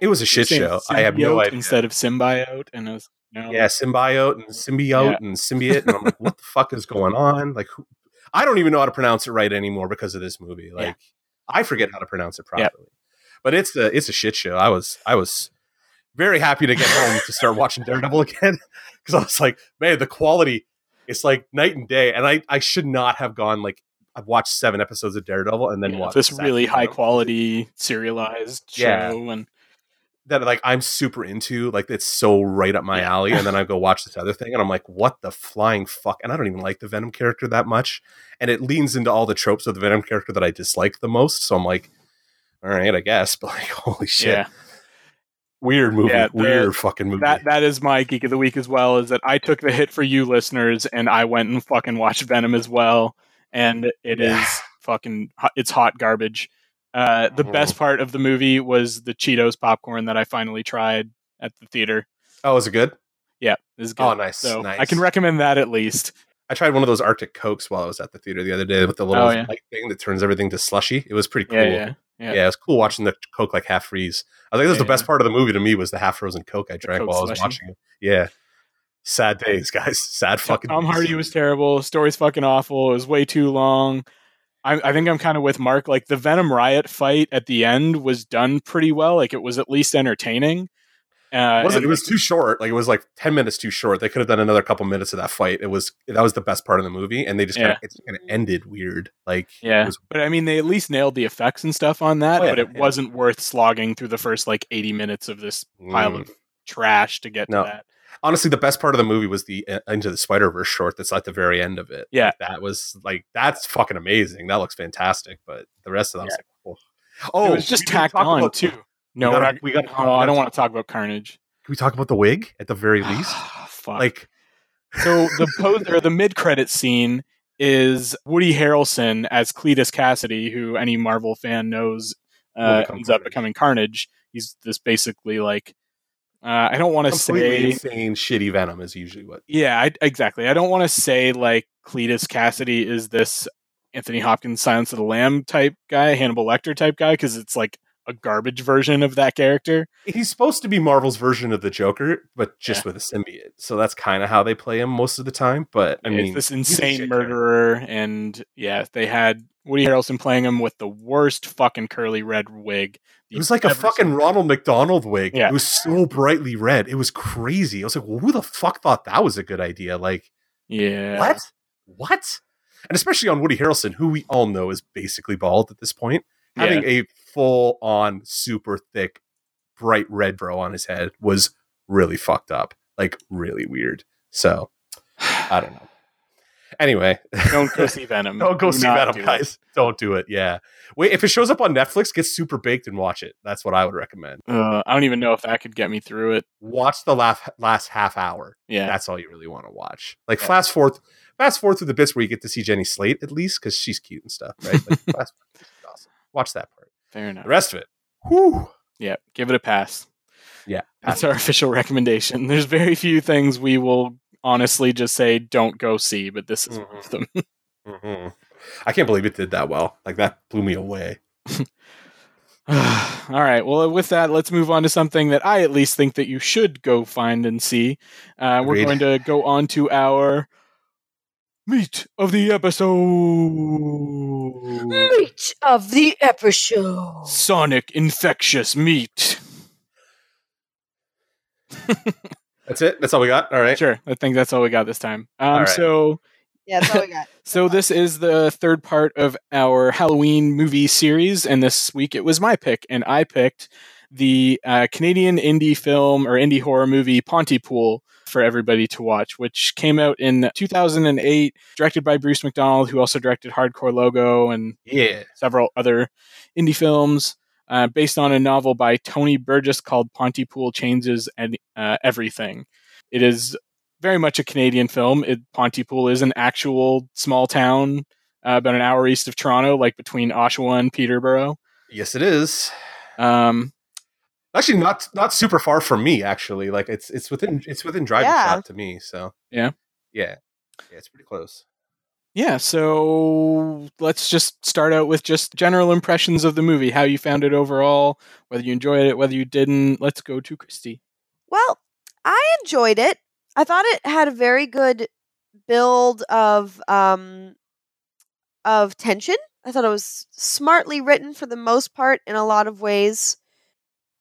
it was a shit Saying show. I have no symbiote idea. Instead of symbiote, and it was, no, yeah, symbiote and symbiote and symbiote, and I'm like, what the fuck is going on? Like, who, I don't even know how to pronounce it right anymore because of this movie. Like, I forget how to pronounce it properly. Yeah. But it's a it's a shit show. I was I was very happy to get home to start watching Daredevil again because I was like, man, the quality it's like night and day. And I I should not have gone like I've watched seven episodes of Daredevil and then Yeah, watched this Zack really Snyder. high quality serialized Yeah. show and that like I'm super into, like it's so right up my Yeah. alley. And then I go watch this other thing and I'm like, what the flying fuck? And I don't even like the Venom character that much. And it leans into all the tropes of the Venom character that I dislike the most. So I'm like, all right, I guess. But like, holy shit. yeah Weird movie. Yeah, the- weird fucking movie. that that is my geek of the week as well is that i took the hit for you listeners and i went and fucking watched venom as well and it is Yeah. fucking ho- it's hot garbage uh, the Mhm. best part of the movie was the cheetos popcorn that i finally tried at the theater oh, is it good? yeah it was good Oh, nice. so nice. i can recommend that at least I tried one of those Arctic Cokes while I was at the theater the other day with the little Oh, yeah. like thing that turns everything to slushy. It was pretty cool. yeah yeah yeah. yeah. it was cool watching the Coke like half freeze. I think that was the Yeah. best part of the movie to me was the half frozen Coke I drank Coke while I was slushy. watching it. Yeah. Sad days, guys. Sad fucking Tom days. Hardy was terrible. Story's fucking awful. It was way too long. I, I think I'm kind of with Mark. Like the Venom Riot fight at the end was done pretty well. Like it was at least entertaining. Uh, was it, and- it was too short. Like it was like ten minutes too short. They could have done another couple minutes of that fight. It was that was the best part of the movie, and they just kind Yeah. of it kind of ended weird. Like yeah, it was- but I mean, they at least nailed the effects and stuff on that. Oh, yeah, but it yeah. wasn't worth slogging through the first like 80 minutes of this pile Mm. of trash to get No. to that. honestly, Honestly, the best part of the movie was the uh, Into the Spider Verse short. That's at the very end of it. Yeah. Like, that was like that's fucking amazing. That looks fantastic. But the rest of that was like, oh, it was we just didn't tacked talk on about- too. No, gotta- we're not- we gotta- oh, I don't want to talk about Carnage. Can we talk about the wig at the very least? Fuck. like So the pose or the mid credit scene is Woody Harrelson as Cletus Cassidy, who any Marvel fan knows Will uh, become ends up Carnage. becoming Carnage. He's this basically like uh, I don't want to completely say insane shitty venom is usually what yeah I, exactly I don't want to say like Cletus Cassidy is this Anthony Hopkins Silence of the Lamb type guy, Hannibal Lecter type guy because it's like a garbage version of that character. he's supposed to be Marvel's version of the Joker, but just with a symbiote. So that's kind of how they play him most of the time. But I Yeah, mean, it's this he's a insane shit murderer, and yeah, they had Woody Harrelson playing him with the worst fucking curly red wig. It was like a Ever fucking seen. Ronald McDonald wig. Yeah. It was so brightly red. It was crazy. I was like, well, who the fuck thought that was a good idea? Like, Yeah. what? What? And especially on Woody Harrelson, who we all know is basically bald at this point. Yeah. Having a full on, super thick, bright red bro on his head was really fucked up. Like, really weird. So, I don't know. Anyway, Don't go see Venom. Don't go Do see not Venom, do it. guys. Don't do it. Yeah. Wait, if it shows up on Netflix, get super baked and watch it. That's what I would recommend. Uh, I don't even know if that could get me through it. Watch the last, last half hour. Yeah. That's all you really want to watch. Like Yeah. fast forward, fast forward through the bits where you get to see Jenny Slate at least because she's cute and stuff, right? Like, fast forward, this is awesome. Watch that part. Fair enough. The rest of it, whew. Yeah. Give it a pass. Yeah, That's our official recommendation. There's very few things we will honestly just say don't go see, but this is one of them. Mhm. Mm-hmm. I can't believe it did that well. Like that blew me away. All right. Well, with that, let's move on to something that I at least think that you should go find and see. Uh, we're Agreed. going to go on to our meat of the episode: Meat of the episode. Sonic infectious meat. That's it. That's all we got. All right. Sure, I think that's all we got this time. Um, All right. So, Yeah, that's all we got. so this is the third part of our Halloween movie series, and this week it was my pick, and I picked the uh, Canadian indie film or indie horror movie Pontypool for everybody to watch, which came out in 2008, directed by Bruce McDonald, who also directed Hardcore Logo and Yeah. several other indie films, uh, based on a novel by Tony Burgess called Pontypool Changes and uh, Everything. It is very much a Canadian film. It, Pontypool is an actual small town uh, about an hour east of Toronto, like between Oshawa and Peterborough. Yes, it is. Um, Actually, not not super far from me. Actually, like it's it's within it's within driving Yeah. shot to me. So Yeah. yeah, yeah, it's pretty close. yeah, so let's just start out with just general impressions of the movie, how you found it overall, whether you enjoyed it, whether you didn't. Let's go to Christy. Well, I enjoyed it. I thought it had a very good build of um, of tension. I thought it was smartly written for the most part in a lot of ways.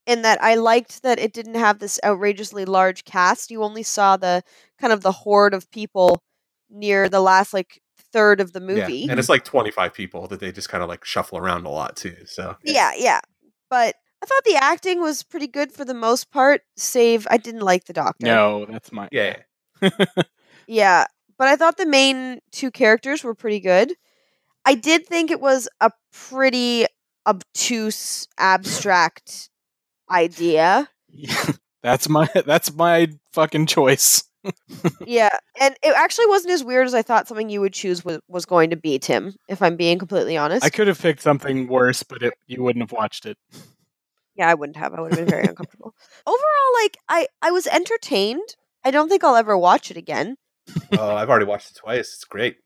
In that I liked that it didn't have this outrageously large cast. You only saw the kind of the horde of people near the last like third of the movie. Yeah. and it's like twenty five people that they just kind of like shuffle around a lot too. So Yeah, yeah. But I thought the acting was pretty good for the most part, save I didn't like the doctor. No, that's my yeah, Yeah, but I thought the main two characters were pretty good. I did think it was a pretty obtuse, abstract idea. that's my that's my fucking choice. yeah, and it actually wasn't as weird as I thought something you would choose was, was going to be, Tim, if I'm being completely honest. I could have picked something worse, but it, you wouldn't have watched it. yeah, I wouldn't have. I would have been very uncomfortable. Overall, like, I, I was entertained. I don't think I'll ever watch it again. oh, I've already watched it twice. It's great.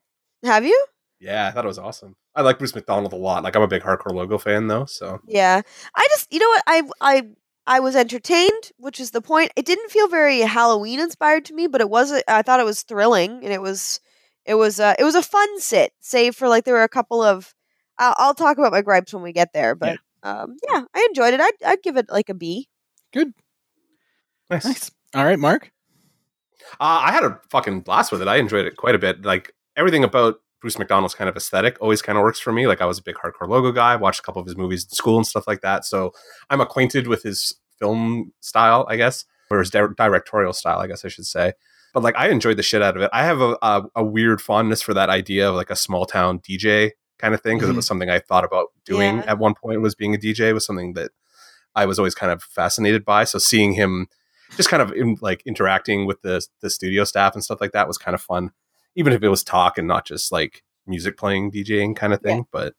Have you? Yeah, I thought it was awesome. I like Bruce McDonald a lot. Like I'm a big hardcore logo fan though. So Yeah. I just you know what I I I was entertained, which is the point. It didn't feel very Halloween inspired to me, but it was a- I thought it was thrilling and it was it was uh, it was a fun sit, save for like there were a couple of I'll I'll talk about my gripes when we get there, but um yeah, I enjoyed it. I'd I'd give it like a B. nice. Nice. All right, Mark. Uh, I had a fucking blast with it. I enjoyed it quite a bit. Like everything about Bruce McDonald's kind of aesthetic always kind of works for me. Like I was a big hardcore logo guy, watched a couple of his movies in school and stuff like that. So I'm acquainted with his film style, I guess, or his di- directorial style, I guess I should say. But like I enjoyed the shit out of it. I have a, a, a weird fondness for that idea of like a small town DJ kind of thing because Mhm. it was something I thought about doing Yeah. at one point was being a DJ was something that I was always kind of fascinated by. So seeing him just kind of in, like interacting with the the studio staff and stuff like that was kind of fun, even if it was talk and not just like music playing, DJing kind of thing. But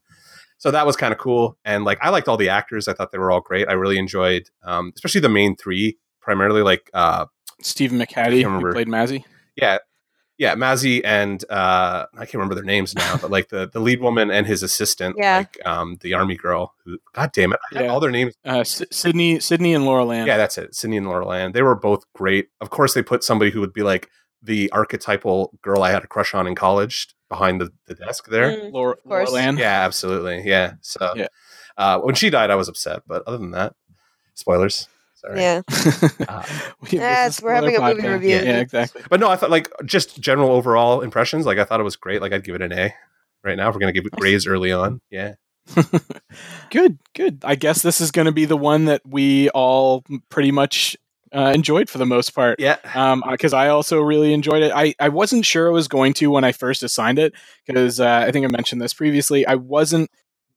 so that was kind of cool, and like I liked all the actors. I thought they were all great. I really enjoyed, um, especially the main three, primarily like uh, Stephen I McHattie, can't who remember. played Mazzy. yeah, yeah, Mazzy and uh, I can't remember their names now, but like the the lead woman and his assistant, Yeah. like um, the army girl. Who, God damn it, I had Yeah. all their names. Uh, S- Sydney, Sydney, and Laura Land. Yeah, that's it. Cindy and Laura Land. They were both great. Of course, they put somebody who would be like the archetypal girl I had a crush on in college behind the, the desk Mm. there. Laura, Laura course. Land. Yeah, absolutely. Yeah. So Mm, Yeah. Uh, when she died, I was upset. But other than that, spoilers. Sorry. Yeah. Uh, We- this is Yes, we're having a another movie podcast. review. Yeah, exactly. But no, I thought like just general overall impressions. Like I thought it was great. Like I'd give it an A right now. If we're going to give it grades early on. Yeah. Good, good. I guess this is going to be the one that we all pretty much uh, enjoyed for the most part. Yeah. um because i also really enjoyed it i i wasn't sure i was going to when i first assigned it because uh, i think i mentioned this previously i wasn't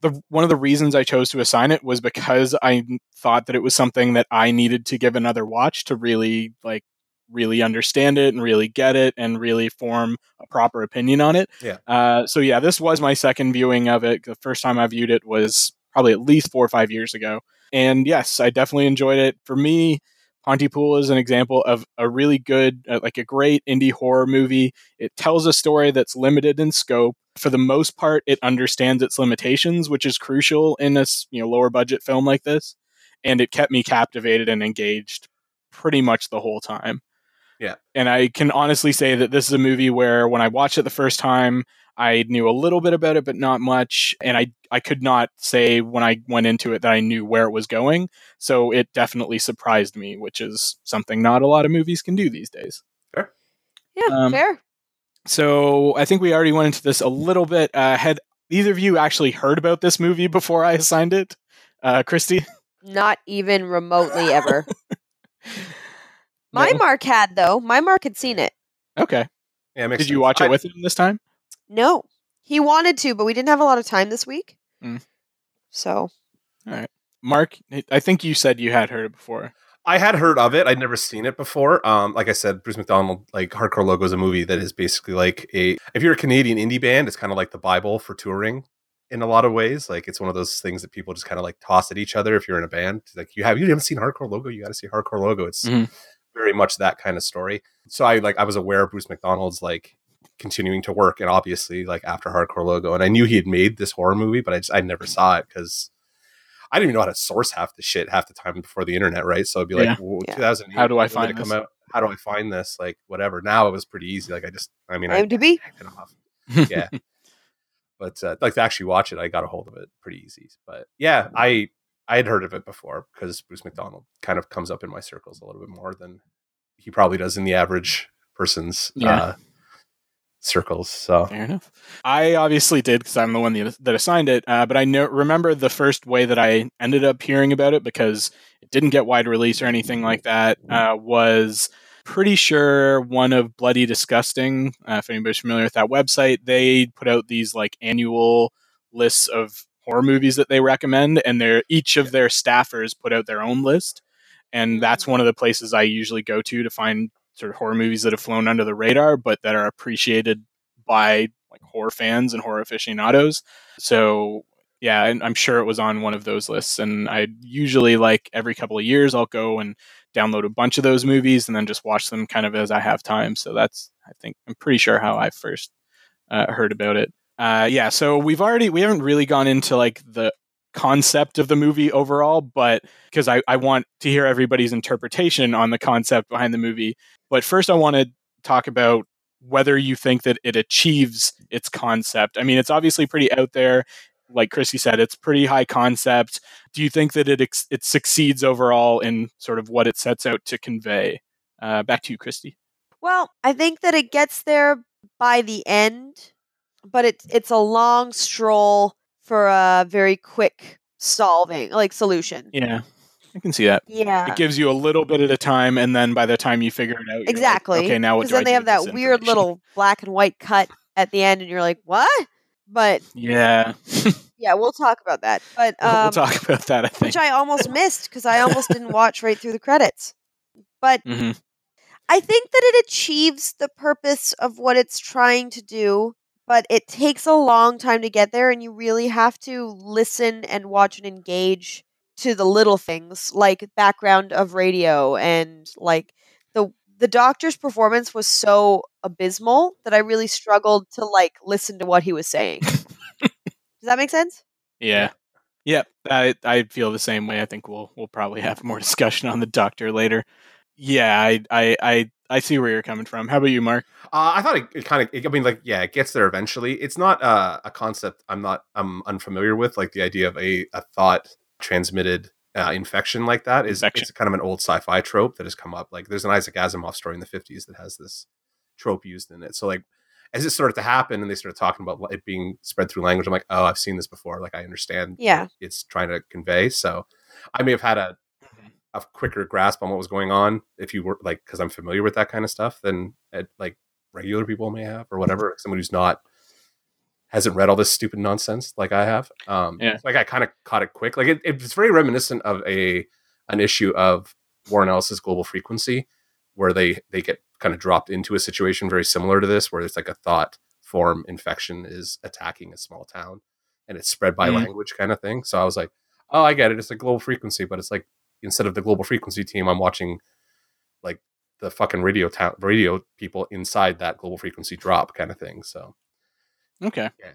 the one of the reasons i chose to assign it was because i thought that it was something that i needed to give another watch to really like really understand it and really get it and really form a proper opinion on it Yeah. uh, so yeah this was my second viewing of it the first time i viewed it was probably at least four or five years ago and yes i definitely enjoyed it for me Pontypool is an example of a really good, uh, like a great indie horror movie. It tells a story that's limited in scope. For the most part, it understands its limitations, which is crucial in a s- you know lower budget film like this. And it kept me captivated and engaged pretty much the whole time. Yeah. and I can honestly say that this is a movie where when I watched it the first time, I knew a little bit about it, but not much. And I I could not say when I went into it that I knew where it was going. So it definitely surprised me, which is something not a lot of movies can do these days. Yeah, Um, fair. So I think we already went into this a little bit. Uh, had either of you actually heard about this movie before I assigned it, uh, Christy? Not even remotely ever. My No? Mark had though. My Mark had seen it. okay. Yeah. It makes Did you sense. watch I- it with him this time? No. He wanted to, but we didn't have a lot of time this week. Mm. So Mark, I think you said you had heard it before. I had heard of it. I'd never seen it before. Um, like I said, Bruce McDonald, like Hardcore Logo is a movie that is basically like a if you're a Canadian indie band, it's kind of like the Bible for touring in a lot of ways. Like it's one of those things that people just kind of like toss at each other if you're in a band. It's Like you have you haven't seen Hardcore Logo, you gotta see Hardcore Logo. It's Mhm. very much that kind of story. So I like I was aware of Bruce McDonald's like continuing to work and obviously like after Hardcore Logo. And I knew he had made this horror movie, but I just I never saw it because I didn't even know how to source half the shit half the time before the internet, right? So I'd be Yeah. like, well, Yeah. 2008, How do I when did find it come this? out? How do I find this? Like whatever. Now it was pretty easy. Like I just, I mean, I IMDb. hacked it off. Yeah. but uh, like to actually watch it, I got a hold of it pretty easy. But yeah, I I had heard of it before because Bruce McDonald kind of comes up in my circles a little bit more than he probably does in the average person's Yeah. uh, circles. So Fair enough. I obviously did because I'm the one that, that assigned it, uh, but I know, remember the first way that I ended up hearing about it because it didn't get wide release or anything like that uh, was pretty sure one of Bloody Disgusting, uh, if anybody's familiar with that website, they put out these like annual lists of horror movies that they recommend, and they're, each of their staffers put out their own list. And that's one of the places I usually go to to find sort of horror movies that have flown under the radar, but that are appreciated by like horror fans and horror aficionados. So yeah, and I'm sure it was on one of those lists. And I usually like every couple of years I'll go and download a bunch of those movies and then just watch them kind of as I have time. So that's I think I'm pretty sure how I first uh, heard about it. Uh, yeah, so we've already we haven't really gone into like the concept of the movie overall, but because I, I want to hear everybody's interpretation on the concept behind the movie. But first I want to talk about whether you think that it achieves its concept. I mean, it's obviously pretty out there. Like Christy said, it's pretty high concept. Do you think that it ex- it succeeds overall in sort of what it sets out to convey? Uh, back to you, Christy. Well, I think that it gets there by the end, but it's it's a long stroll for a very quick solving like solution. Yeah, I can see that. Yeah. It gives you a little bit at a time, and then by the time you figure it out, you're like, Exactly. okay, now what? Because do I then they do have with that this weird information?" little black and white cut at the end and you're like, "What?" But Yeah, yeah, we'll talk about that. But We'll- um we'll talk about that. I think. which I almost missed cuz I almost didn't watch right through the credits. But Mhm. I think that it achieves the purpose of what it's trying to do, but it takes a long time to get there, and you really have to listen and watch and engage to the little things like background of radio and like the the doctor's performance was so abysmal that I really struggled to like listen to what he was saying. Does that make sense? Yeah. Yep. I I feel the same way. I think we'll we'll probably have more discussion on the doctor later. Yeah, I I I, I see where you're coming from. How about you, Mark? uh, I thought it, it kind of. I mean, like yeah, it gets there eventually. It's not uh, a concept I'm not I'm unfamiliar with. Like the idea of a a thought transmitted uh, infection like that is Infection. it's kind of an old sci-fi trope that has come up. Like there's an Isaac Asimov story in the 50s that has this trope used in it. So like as it started to happen and they started talking about it being spread through language, I'm like, oh, I've seen this before. Like I understand Yeah. what it's trying to convey. So I may have had a a quicker grasp on what was going on if you were like because I'm familiar with that kind of stuff than uh, like regular people may have or whatever. Like someone who's not hasn't read all this stupid nonsense like I have. Um, Yeah. so, like I kind of caught it quick. Like it, it's very reminiscent of a an issue of Warren Ellis's Global Frequency, where they they get kind of dropped into a situation very similar to this, where it's like a thought form infection is attacking a small town and it's spread by Mhm. language kind of thing. So I was like, oh, I get it. It's a global frequency, but it's like instead of the global frequency team, I'm watching like the fucking radio town radio people inside that global frequency drop kind of thing. So Okay. Yeah.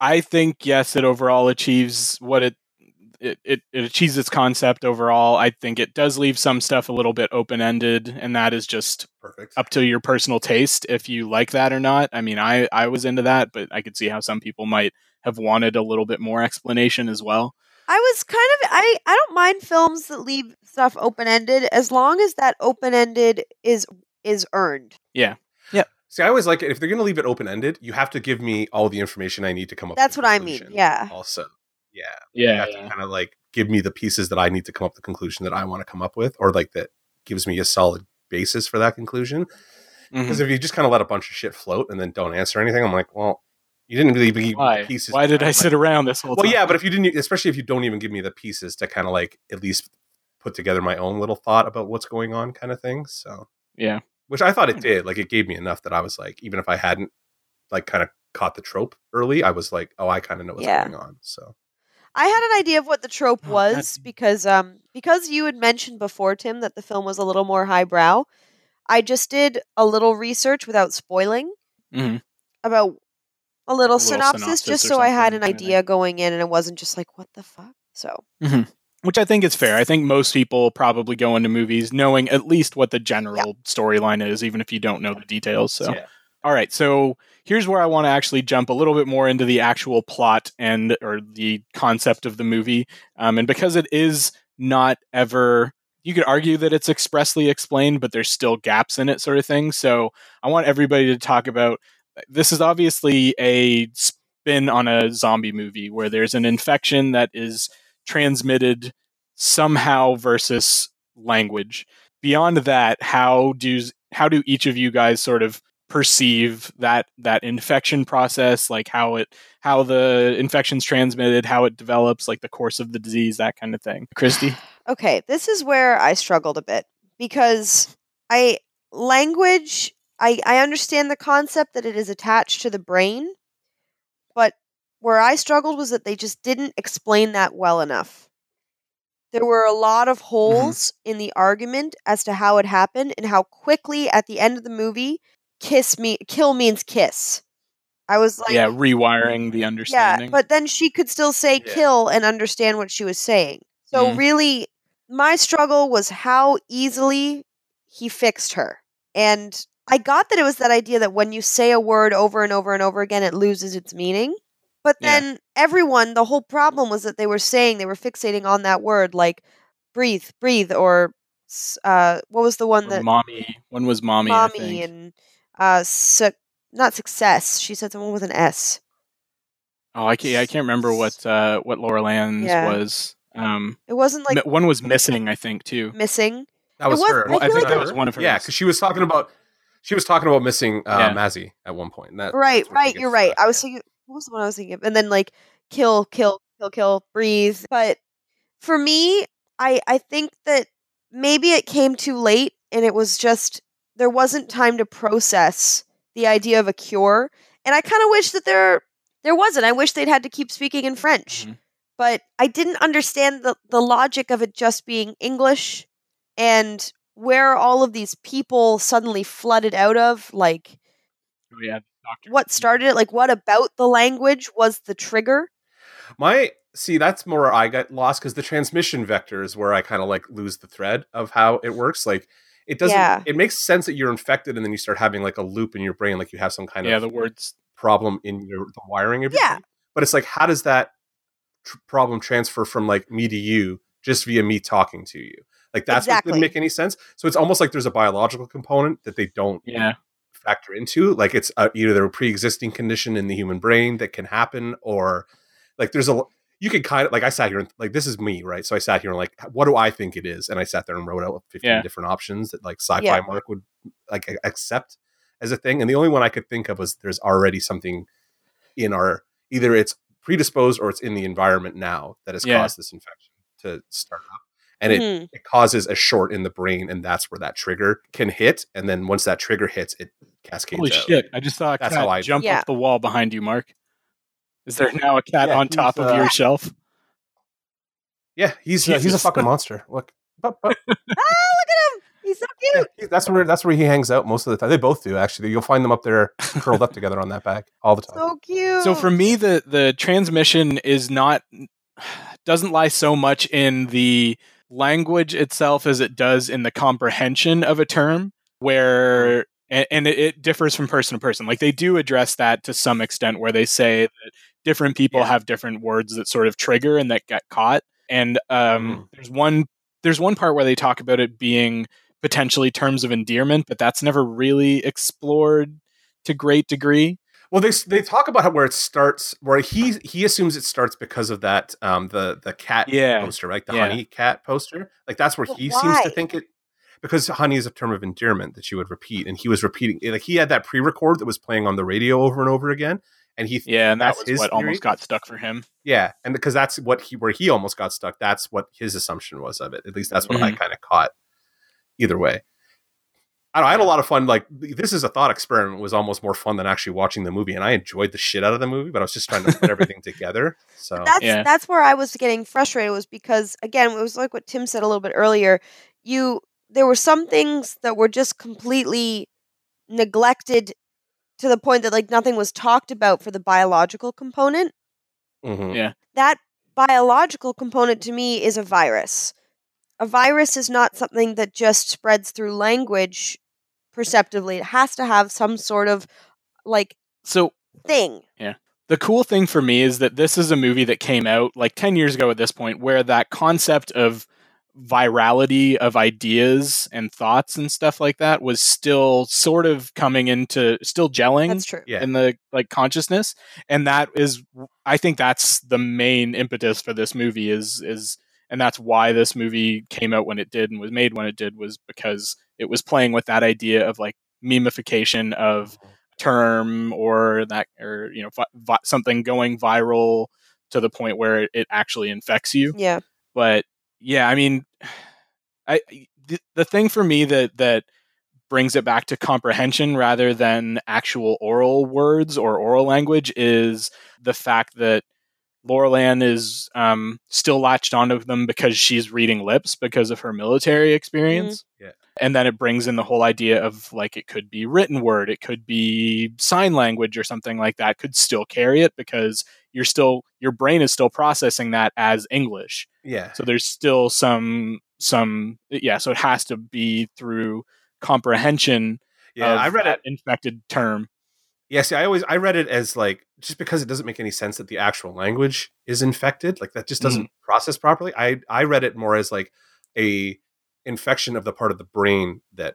I think yes, it overall achieves what it it, it it achieves its concept overall. I think it does leave some stuff a little bit open ended, and that is just perfect. up to your personal taste if you like that or not. I mean, I I was into that, but I could see how some people might have wanted a little bit more explanation as well. I was kind of I I don't mind films that leave stuff open ended as long as that open ended is is earned. See, I always like it. If they're going to leave it open ended, you have to give me all the information I need to come up. That's with what a I mean. conclusion Yeah. Also, yeah, you have to kind of like give me the pieces that I need to come up with the conclusion that I want to come up with, or like that gives me a solid basis for that conclusion. Mhm. Because if you just kind of let a bunch of shit float and then don't answer anything, I'm like, well, you didn't really give me the Why? pieces. Why did I Like, sit around this whole well, time? yeah, but if you didn't, especially if you don't even give me the pieces to kind of like at least put together my own little thought about what's going on, kind of thing. So, Yeah. Hmm. which I thought it did. Like, it gave me enough that I was like, even if I hadn't like kind of caught the trope early, I was like, oh, I kind of know what's Yeah. going on. So, I had an idea of what the trope Oh, was that- because um because you had mentioned before Tim that the film was a little more highbrow. I just did a little research without spoiling Mhm. about a little, little synopsis, synopsis just or so I had an something, kinda. idea going in and it wasn't just like what the fuck. So Which I think is fair. I think most people probably go into movies knowing at least what the general storyline is, even if you don't know the details. So, yeah. all right. So here's where I want to actually jump a little bit more into the actual plot and or the concept of the movie. Um, and because it is not ever, you could argue that it's expressly explained, but there's still gaps in it, sort of thing. So I want everybody to talk about. This is obviously a spin on a zombie movie where there's an infection that is transmitted somehow versus language. Beyond that, how do how do each of you guys sort of perceive that that infection process, like how it how the infection's transmitted, how it develops, like the course of the disease, that kind of thing. Christy, Okay, this is where I struggled a bit because I language I, I understand the concept that it is attached to the brain, but where I struggled was that they just didn't explain that well enough. There were a lot of holes in the argument as to how it happened and how quickly at the end of the movie kiss me kill means kiss. I was like yeah, rewiring the understanding. yeah, but then she could still say Yeah. kill and understand what she was saying. So Mhm. really my struggle was how easily he fixed her. And I got that it was that idea that when you say a word over and over and over again it loses its meaning. But Yeah. then everyone the whole problem was that they were saying they were fixating on that word like breathe, breathe or s- uh what was the one Or that mommy, when was mommy? I mommy think. and uh su- not success. She said someone with an S. oh, I can't. I can't remember what uh, what Laura Land's Yeah. was. Um, It wasn't like mi- one was missing, I think, too. missing. that was, was- her. I Well, I, feel think like that was one of her. Yeah, because she was talking about she was talking about missing uh, Yeah. Mazzy at one point. and that- Right, that's where she right. gets You're right. stuck, I was yeah. thinking, what was the one I was thinking of? And then like kill, kill, kill, kill, breathe. But for me, I I think that maybe it came too late, and it was just there wasn't time to process the idea of a cure. And I kind of wish that there there wasn't. I wish they'd had to keep speaking in French. Mm-hmm. Mhm. But I didn't understand the the logic of it just being English and where all of these people suddenly flooded out of like Oh, yeah, the doctor. what started it like what about the language was the trigger My see, that's more where I got lost because the transmission vector is where I kind of like lose the thread of how it works. Like it doesn't. Yeah. It makes sense that you're infected, and then you start having like a loop in your brain, like you have some kind Yeah, of the words. problem in your the wiring of your Yeah. brain. But it's like, how does that tr- problem transfer from like me to you just via me talking to you? Like that's what Exactly. didn't make any sense. So it's almost like there's a biological component that they don't Yeah, factor into. Like it's uh, either a pre-existing condition in the human brain that can happen, or like there's a l- you could kind of like I sat here and like this is me, right? So I sat here and like, what do I think it is? And I sat there and wrote out 15 Yeah. different options that like sci-fi Yeah. Mark would like a- accept as a thing. And the only one I could think of was there's already something in our either it's predisposed or it's in the environment now that has Yeah. caused this infection to start up. And it Mhm. it causes a short in the brain, and that's where that trigger can hit. And then once that trigger hits, it cascades. holy out. shit! I just saw a That's cat how I- jump Yeah. off the wall behind you, Mark. Is there now a cat Yeah, on he's, top of uh, your shelf? Yeah, he's uh, he's a Jesus. fucking monster. Look, But- but- ah look at him he's so yeah, cute he- that's where that's where he hangs out most of the time. They both do actually. You'll find them up there curled up together on that back all the time. so cute So for me, the the transmission is not doesn't lie so much in the language itself as it does in the comprehension of a term, where and, and it, it differs from person to person. Like they do address that to some extent, where they say that different people Yeah. have different words that sort of trigger and that get caught. And um, there's one there's one part where they talk about it being potentially terms of endearment, but that's never really explored to great degree. Well, they s- they talk about how, where it starts, where he he assumes it starts because of that um the the cat Yeah. poster, right? The Yeah. honey cat poster. Like that's where But he seems why? to think it because honey is a term of endearment that you would repeat, and he was repeating like he had that pre record that was playing on the radio over and over again, and he Yeah, and that That's was his what theory? almost got stuck for him. yeah, and because that's what he where he almost got stuck. That's what his assumption was of it. At least that's what I kind of caught. Either way, I don't. know, I had a lot of fun. Like this is a thought experiment was almost more fun than actually watching the movie, and I enjoyed the shit out of the movie. But I was just trying to put everything together. So that's Yeah. that's where I was getting frustrated was because again it was like what Tim said a little bit earlier. You there were some things that were just completely neglected to the point that like nothing was talked about for the biological component. mhm. That biological component to me is a virus. A virus is not something that just spreads through language perceptively. It has to have some sort of like So thing. the cool thing for me is that this is a movie that came out like 10 years ago at this point where that concept of virality of ideas and thoughts and stuff like that was still sort of coming into still gelling That's true. Yeah. in the like consciousness and that is i think that's the main impetus for this movie is is and that's why this movie came out when it did and was made when it did was because it was playing with that idea of like memification of term or that or you know vi- vi- something going viral to the point where it actually infects you Yeah. but yeah i mean i the, the thing for me that that brings it back to comprehension rather than actual oral words or oral language is the fact that Lorelan is um, still latched onto them because she's reading lips because of her military experience. Yeah. And then it brings in the whole idea of like it could be written word, it could be sign language or something like that could still carry it because you're still your brain is still processing that as English. yeah, So there's still some some yeah. So it has to be through comprehension. yeah. of I read it. that infected term. Yeah, see, I always I read it as like just because it doesn't make any sense that the actual language is infected, like that just doesn't Mm. process properly. I I read it more as like a infection of the part of the brain that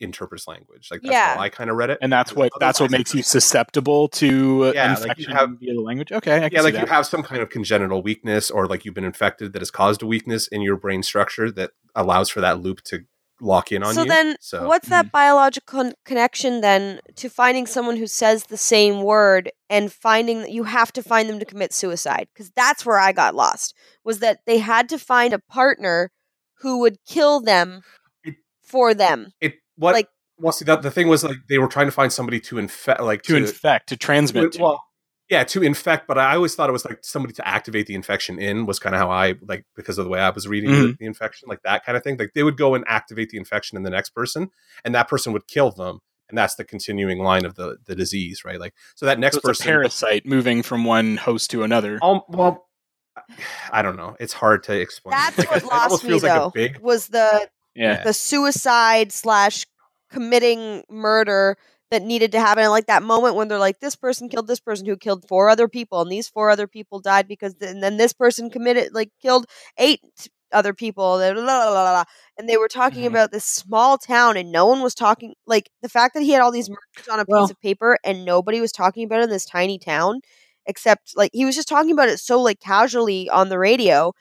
interprets language. Like that's Yeah. how I kind of read it. and that's what that's what Otherwise- makes you susceptible to uh, Yeah, like you infection have- via the language. Okay, I can yeah, see like you that. have some kind of congenital weakness, or like you've been infected that has caused a weakness in your brain structure that allows for that loop to lock in on so you. then so hmm. what's that biological con- connection then to finding someone who says the same word and finding that you have to find them to commit suicide because that's where i got lost was that they had to find a partner who would kill them It- for them it what like- like well see that the thing was like they were trying to find somebody to infect like to infect to transmit. Well, well, yeah, to infect, but I always thought it was like somebody to activate the infection in was kind of how I like because of the way I was reading Mm-hmm. the, the infection, like that kind of thing. Like they would go and activate the infection in the next person, and that person would kill them, and that's the continuing line of the the disease, right? Like so that next so it's a person. parasite moving from one host to another. um, well, I don't know. It's hard to explain. that's Like, what it lost almost me feels like a though big was the yeah. the suicide slash committing murder that needed to happen and like that moment when they're like this person killed this person who killed four other people and these four other people died because th- and then this person committed like killed eight other people blah, blah, blah, blah, blah. and they were talking Mm-hmm. Mhm. about this small town and no one was talking like the fact that he had all these murders on a Well- piece of paper and nobody was talking about it in this tiny town except like he was just talking about it so like casually on the radio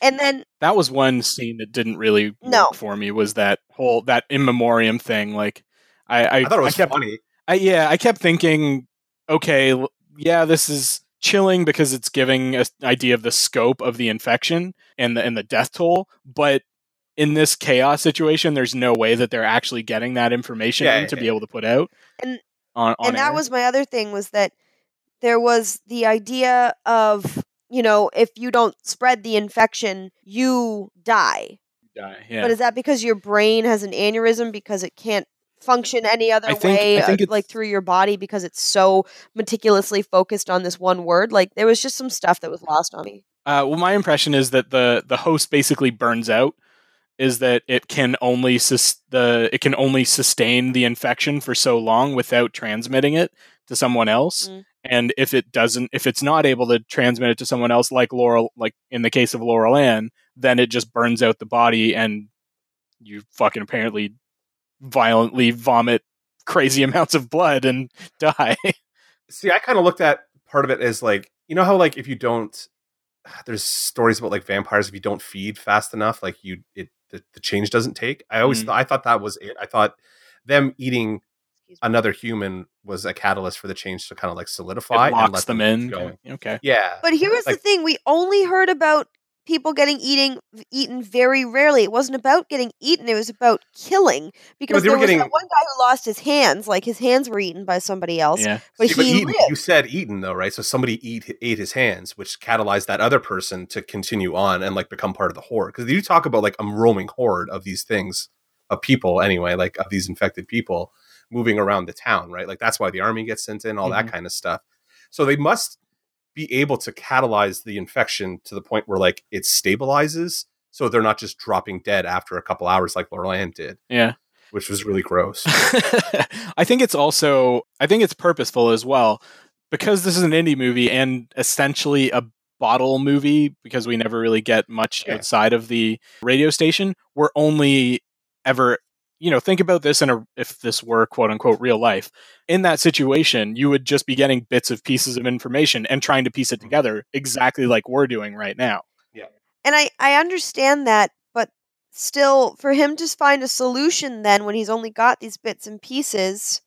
and then That was one scene that didn't really work No. for me. Was that whole that in memoriam thing? Like, I I, I thought it was kept funny. I, yeah, I kept thinking, okay, l- yeah, this is chilling because it's giving an idea of the scope of the infection and the and the death toll, but in this chaos situation, there's no way that they're actually getting that information Yeah, in to yeah, be yeah. able to put out. And- on, on and that air. was my other thing was that there was the idea of you know if you don't spread the infection you die yeah. but is that because your brain has an aneurysm because it can't function any other I think- way I think uh, it's- like through your body because it's so meticulously focused on this one word like there was just some stuff that was lost on me Uh, well, my impression is that the the host basically burns out. Is that it can only sus- the it can only sustain the infection for so long without transmitting it to someone else. Mm. And if it doesn't, if it's not able to transmit it to someone else, like Laurel, like in the case of Laurel Ann, then it just burns out the body, and you fucking apparently violently vomit crazy amounts of blood and die. See, I kind of looked at part of it as like you know how like if you don't, ah, there's stories about like vampires if you don't feed fast enough, like you it the, the change doesn't take. I always Mm. thought I thought that was it. I thought them eating Excuse me. another human was a catalyst for the change to kind of like solidify It and locks let them, keep in. going. Okay. Yeah, But here was the like- thing: we only heard about people getting eating eaten very rarely. It wasn't about getting eaten; it was about killing. Because they there were was getting- that one guy who lost his hands; like his hands were eaten by somebody else, Yeah. but Yeah, he Eaton- lived. you said Eaton though, right? So somebody eat, ate his hands, which catalyzed that other person to continue on and like become part of the horde. Because you talk about like a roaming horde of these things, of people anyway, like of these infected people moving around the town, right? Like that's why the army gets sent in, all that Mm-hmm. kind of stuff. So they must be able to catalyze the infection to the point where like it stabilizes, so they're not just dropping dead after a couple hours like Lorland did, Yeah. which was really gross. I think it's also I think it's purposeful as well because this is an indie movie and essentially a bottle movie because we never really get much Yeah. outside of the radio station. We're only ever you know think about this in a if this were quote unquote real life in that situation you would just be getting bits of pieces of information and trying to piece Mm-hmm. it together exactly like we're doing right now And I I understand that, but still, for him to find a solution, then when he's only got these bits and pieces,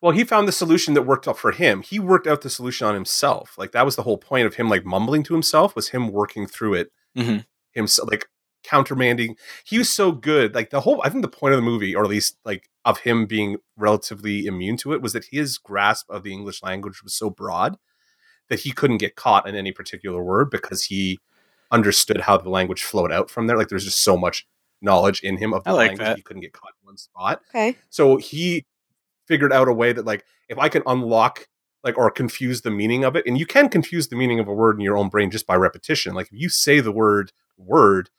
Well, he found the solution that worked out for him. He worked out the solution on himself. Like that was the whole point of him like mumbling to himself was him working through it Mhm. himself, like countermanding. He was so good. Like the whole I think the point of the movie, or at least like of him being relatively immune to it, was that his grasp of the English language was so broad that he couldn't get caught in any particular word because he understood how the language flowed out from there. Like there's just so much knowledge in him of I the like language that. he couldn't get caught in one spot. okay, So he figured out a way that like if I can unlock like or confuse the meaning of it, and you can confuse the meaning of a word in your own brain just by repetition. Like if you say the word word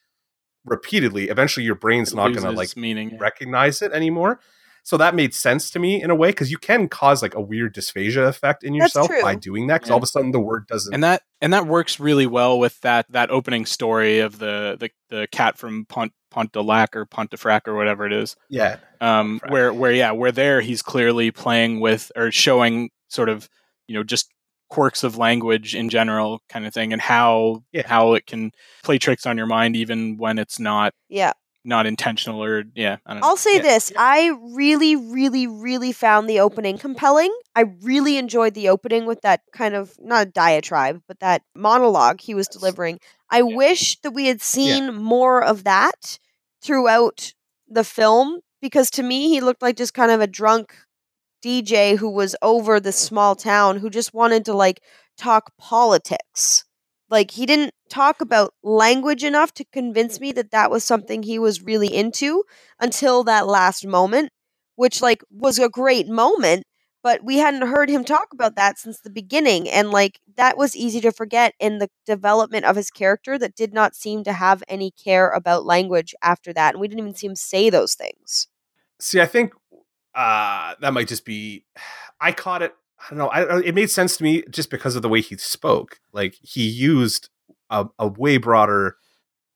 repeatedly, eventually your brain's It not gonna loses like meaning recognize it anymore. So that made sense to me in a way because you can cause like a weird dysphasia effect in That's yourself true. by doing that. Because Yeah. all of a sudden the word doesn't. and that and that works really well with that that opening story of the the, the cat from Pont Pont de Lac or Pont de Frac or whatever it is. yeah, Um, Frac. where where yeah, where there he's clearly playing with or showing sort of you know just quirks of language in general kind of thing and how Yeah. how it can play tricks on your mind even when it's not yeah. not intentional or yeah I don't know. I'll say Yeah. this. I really, really, really found the opening compelling. I really enjoyed the opening with that kind of, not a diatribe, but that monologue he was Yes. delivering. I wish that we had seen more of that throughout the film because to me, he looked like just kind of a drunk DJ who was over this small town who just wanted to like talk politics. Like he didn't talk about language enough to convince me that that was something he was really into until that last moment, which like was a great moment, but we hadn't heard him talk about that since the beginning and like that was easy to forget in the development of his character that did not seem to have any care about language after that and we didn't even see him say those things. See, I think uh, that might just be. I caught it. I don't know. I, uh, it made sense to me just because of the way he spoke. Like he used a, a way broader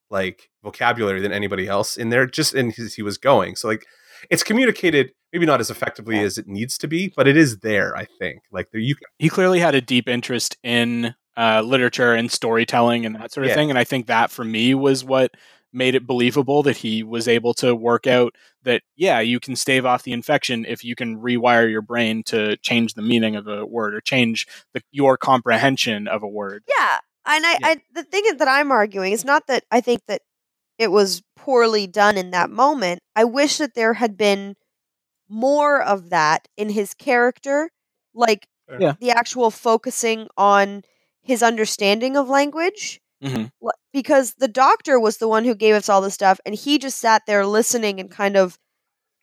like vocabulary than anybody else in there. Just in his, he was going. So like it's communicated maybe not as effectively as it needs to be, but it is there. I think like there you. he clearly had a deep interest in uh, literature and storytelling and that sort of Yeah. thing. And I think that for me was what made it believable that he was able to work out that, yeah, you can stave off the infection if you can rewire your brain to change the meaning of a word or change the, your comprehension of a word. Yeah, and I, Yeah. I the thing that I'm arguing is not that I think that it was poorly done in that moment. I wish that there had been more of that in his character, like Fair. Yeah. the actual focusing on his understanding of language. Mm-hmm. Mhm. L- Because the doctor was the one who gave us all this stuff, and he just sat there listening and kind of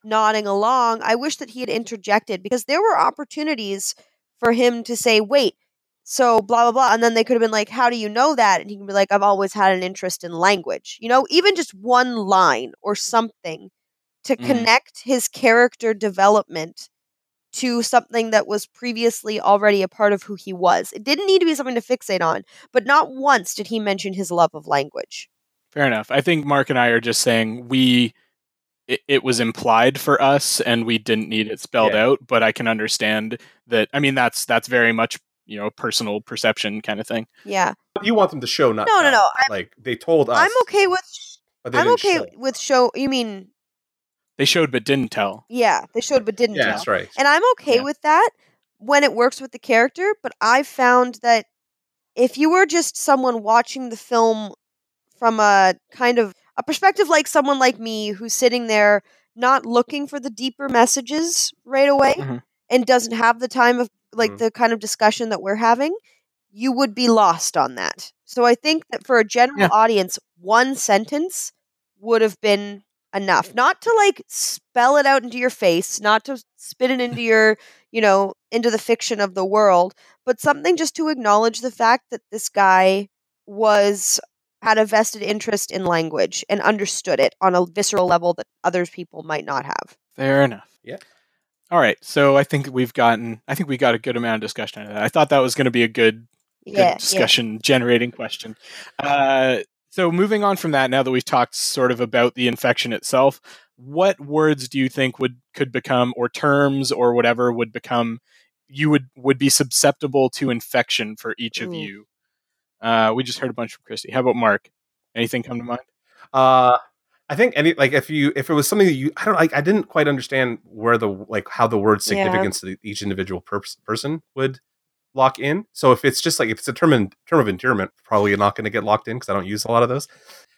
nodding along. I wish that he had interjected because there were opportunities for him to say, wait, so blah blah blah and then they could have been like how do you know that and he can be like i've always had an interest in language you know even just one line or something to Mhm. connect his character development to something that was previously already a part of who he was it didn't need to be something to fixate on but not once did he mention his love of language Fair enough. I think Mark and I are just saying we. It, it was implied for us, and we didn't need it spelled Yeah. out. But I can understand that. I mean, that's that's very much you know personal perception kind of thing. yeah You want them to show, not no no tell. no Like they told us. i'm okay with but they i'm didn't okay show. with show you mean They showed but didn't tell. Yeah, they showed but didn't Yeah, tell. that's right. And I'm okay Yeah. with that when it works with the character, but I found that if you were just someone watching the film from a kind of a perspective like someone like me who's sitting there not looking for the deeper messages right away Mhm. and doesn't have the time of like Mm-hmm. Mhm. the kind of discussion that we're having, you would be lost on that. So I think that for a general Yeah. audience, one sentence would have been enough not to like spell it out into your face not to spit it into your you know into the fiction of the world but something just to acknowledge the fact that this guy was had a vested interest in language and understood it on a visceral level that other people might not have Fair enough. Yeah. All right. So I think we've gotten. I think we got a good amount of discussion out of that. I thought that was going to be a good, good yeah, yeah. discussion generating question. Uh, so moving on from that, now that we've talked sort of about the infection itself, what words do you think would could become or terms or whatever would become you would would be susceptible to infection for each of Ooh. you? Uh, we just heard a bunch from Christy. How about Mark? Anything come to mind? Uh, I think any like if you if it was something that you I don't like I didn't quite understand where the like how the Yeah. word significance to each individual per- person would lock in. So if it's just like if it's a term in, term of endearment, probably not going to get locked in because I don't use a lot of those.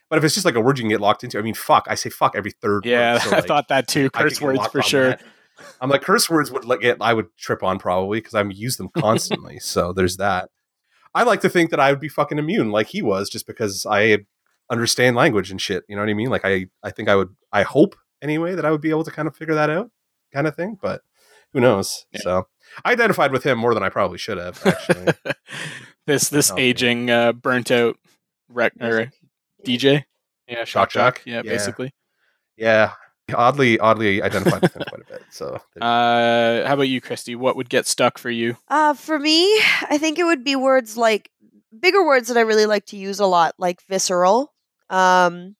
But if it's just like a word you can get locked into, I mean, fuck, I say fuck every third. Yeah, word, so, I like, thought that too. I could Curse get words locked for on sure. that. I'm like curse words would like get I would trip on probably because I'm use them constantly. so there's that. I like to think that I would be fucking immune like he was just because I understand language and shit. You know what I mean? Like I I think I would I hope anyway that I would be able to kind of figure that out kind of thing. But who knows? Yeah. So I identified with him more than I probably should have actually. this this Oh, yeah. aging uh, burnt out rec- or DJ. Yeah, Shock Jock. Yeah, Yeah. basically. yeah. Oddly, oddly identified with him quite a bit. So Uh, how about you, Christy? What would get stuck for you? Uh, for me, I think it would be words like bigger words that I really like to use a lot, like visceral. Um,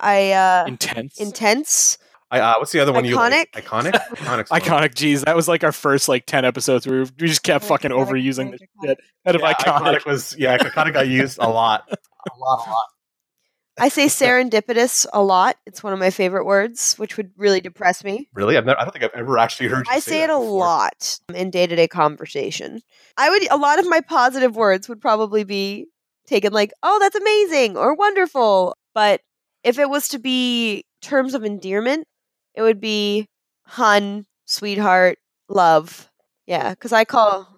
I uh, Intense. intense. I, uh, what's the other one you Iconic? like? Iconic? Iconic's fun. Iconic. Geez, that was like our first like ten episodes. We were, we just kept fucking Iconic, overusing iconic, the iconic. shit out of Yeah, iconic. was yeah, iconic got used a lot. A lot, a lot. I say serendipitous a lot. It's one of my favorite words, which would really depress me. Really? I've never, I don't think I've ever actually heard you I say, say it that a before. lot in day to day conversation. I would a lot of my positive words would probably be taken like, "Oh, that's amazing" or "wonderful." But if it was to be terms of endearment, it would be "hun," "sweetheart," "love." Yeah, because I call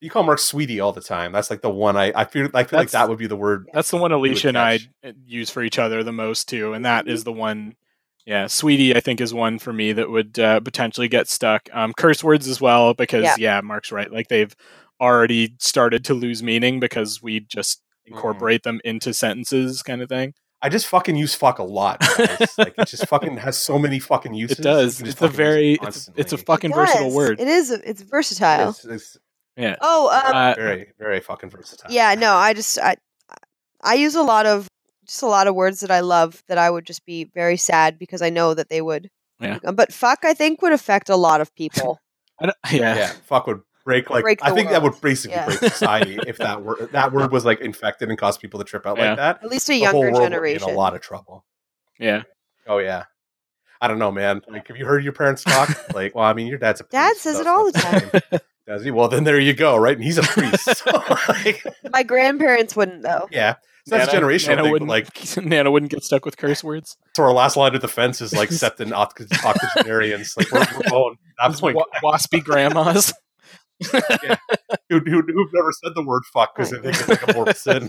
You call Mark sweetie all the time. That's like the one I, I feel, I feel like That's- that would be the word. That's the one Alicia and I uh, catch. use for each other the most too, and that Mm-hmm. is the one. Yeah, sweetie, I think is one for me that would uh, potentially get stuck. Um, curse words as well, because Yeah. yeah. Mark's right. Like they've already started to lose meaning because we just Mm-hmm. incorporate them into sentences, kind of thing. I just fucking use fuck a lot. guys. like it just fucking has so many fucking uses. It does. You can just It's a fucking use it very it's, it's a constantly. fucking It versatile does. word. It is. It's versatile. It's, it's yeah. Oh, um, Uh, very, very fucking versatile. yeah no i just i i use a lot of just a lot of words that i love that i would just be very sad because i know that they would Yeah. become- but fuck i think would affect a lot of people I don't, yeah. Yeah. Fuck would break like Break I the think that world. would basically Yeah. break society if that word that word was like infected and caused people to trip out Yeah. like that. at least a The whole younger world would be generation in a lot of trouble. Yeah. Oh yeah. I don't know, man. Like, have you heard your parents talk? like, well, I mean, your dad's a priest. Dad says so it all the it's not same. Does he? Well, then there you go, right? And he's a priest. So, like, my grandparents wouldn't though yeah. So that's a Nana- generational Nana thing. But wouldn't like, Nana wouldn't get stuck with curse words. so our last line of defense is like septon oct- octogenarians. Like, we're, we're going. That's like Wa- waspy grandmas. who, who, who've never said the word fuck because they think it's like a moral sin.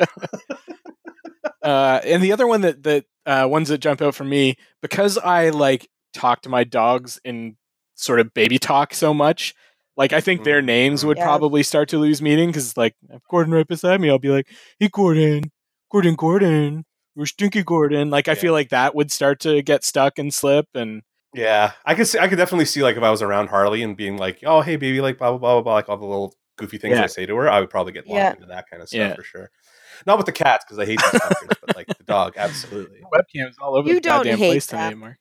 uh, and the other one that that uh, ones that jump out for me because I like talk to my dogs in sort of baby talk so much. Like I think their names would Yeah. probably start to lose meaning because like I have Gordon right beside me, I'll be like, "Hey Gordon, Gordon, Gordon, we're Stinky Gordon." Like I Yeah. feel like that would start to get stuck and slip, and Yeah, I could see, I could definitely see like if I was around Harley and being like, "Oh, hey, baby," like blah blah blah blah, blah like all the little goofy things Yeah. I say to her, I would probably get locked Yeah. into that kind of stuff Yeah. for sure. Not with the cats because I hate these fuckers, but like the dog, absolutely. webcams all over You the don't goddamn hate place that. today, Mark.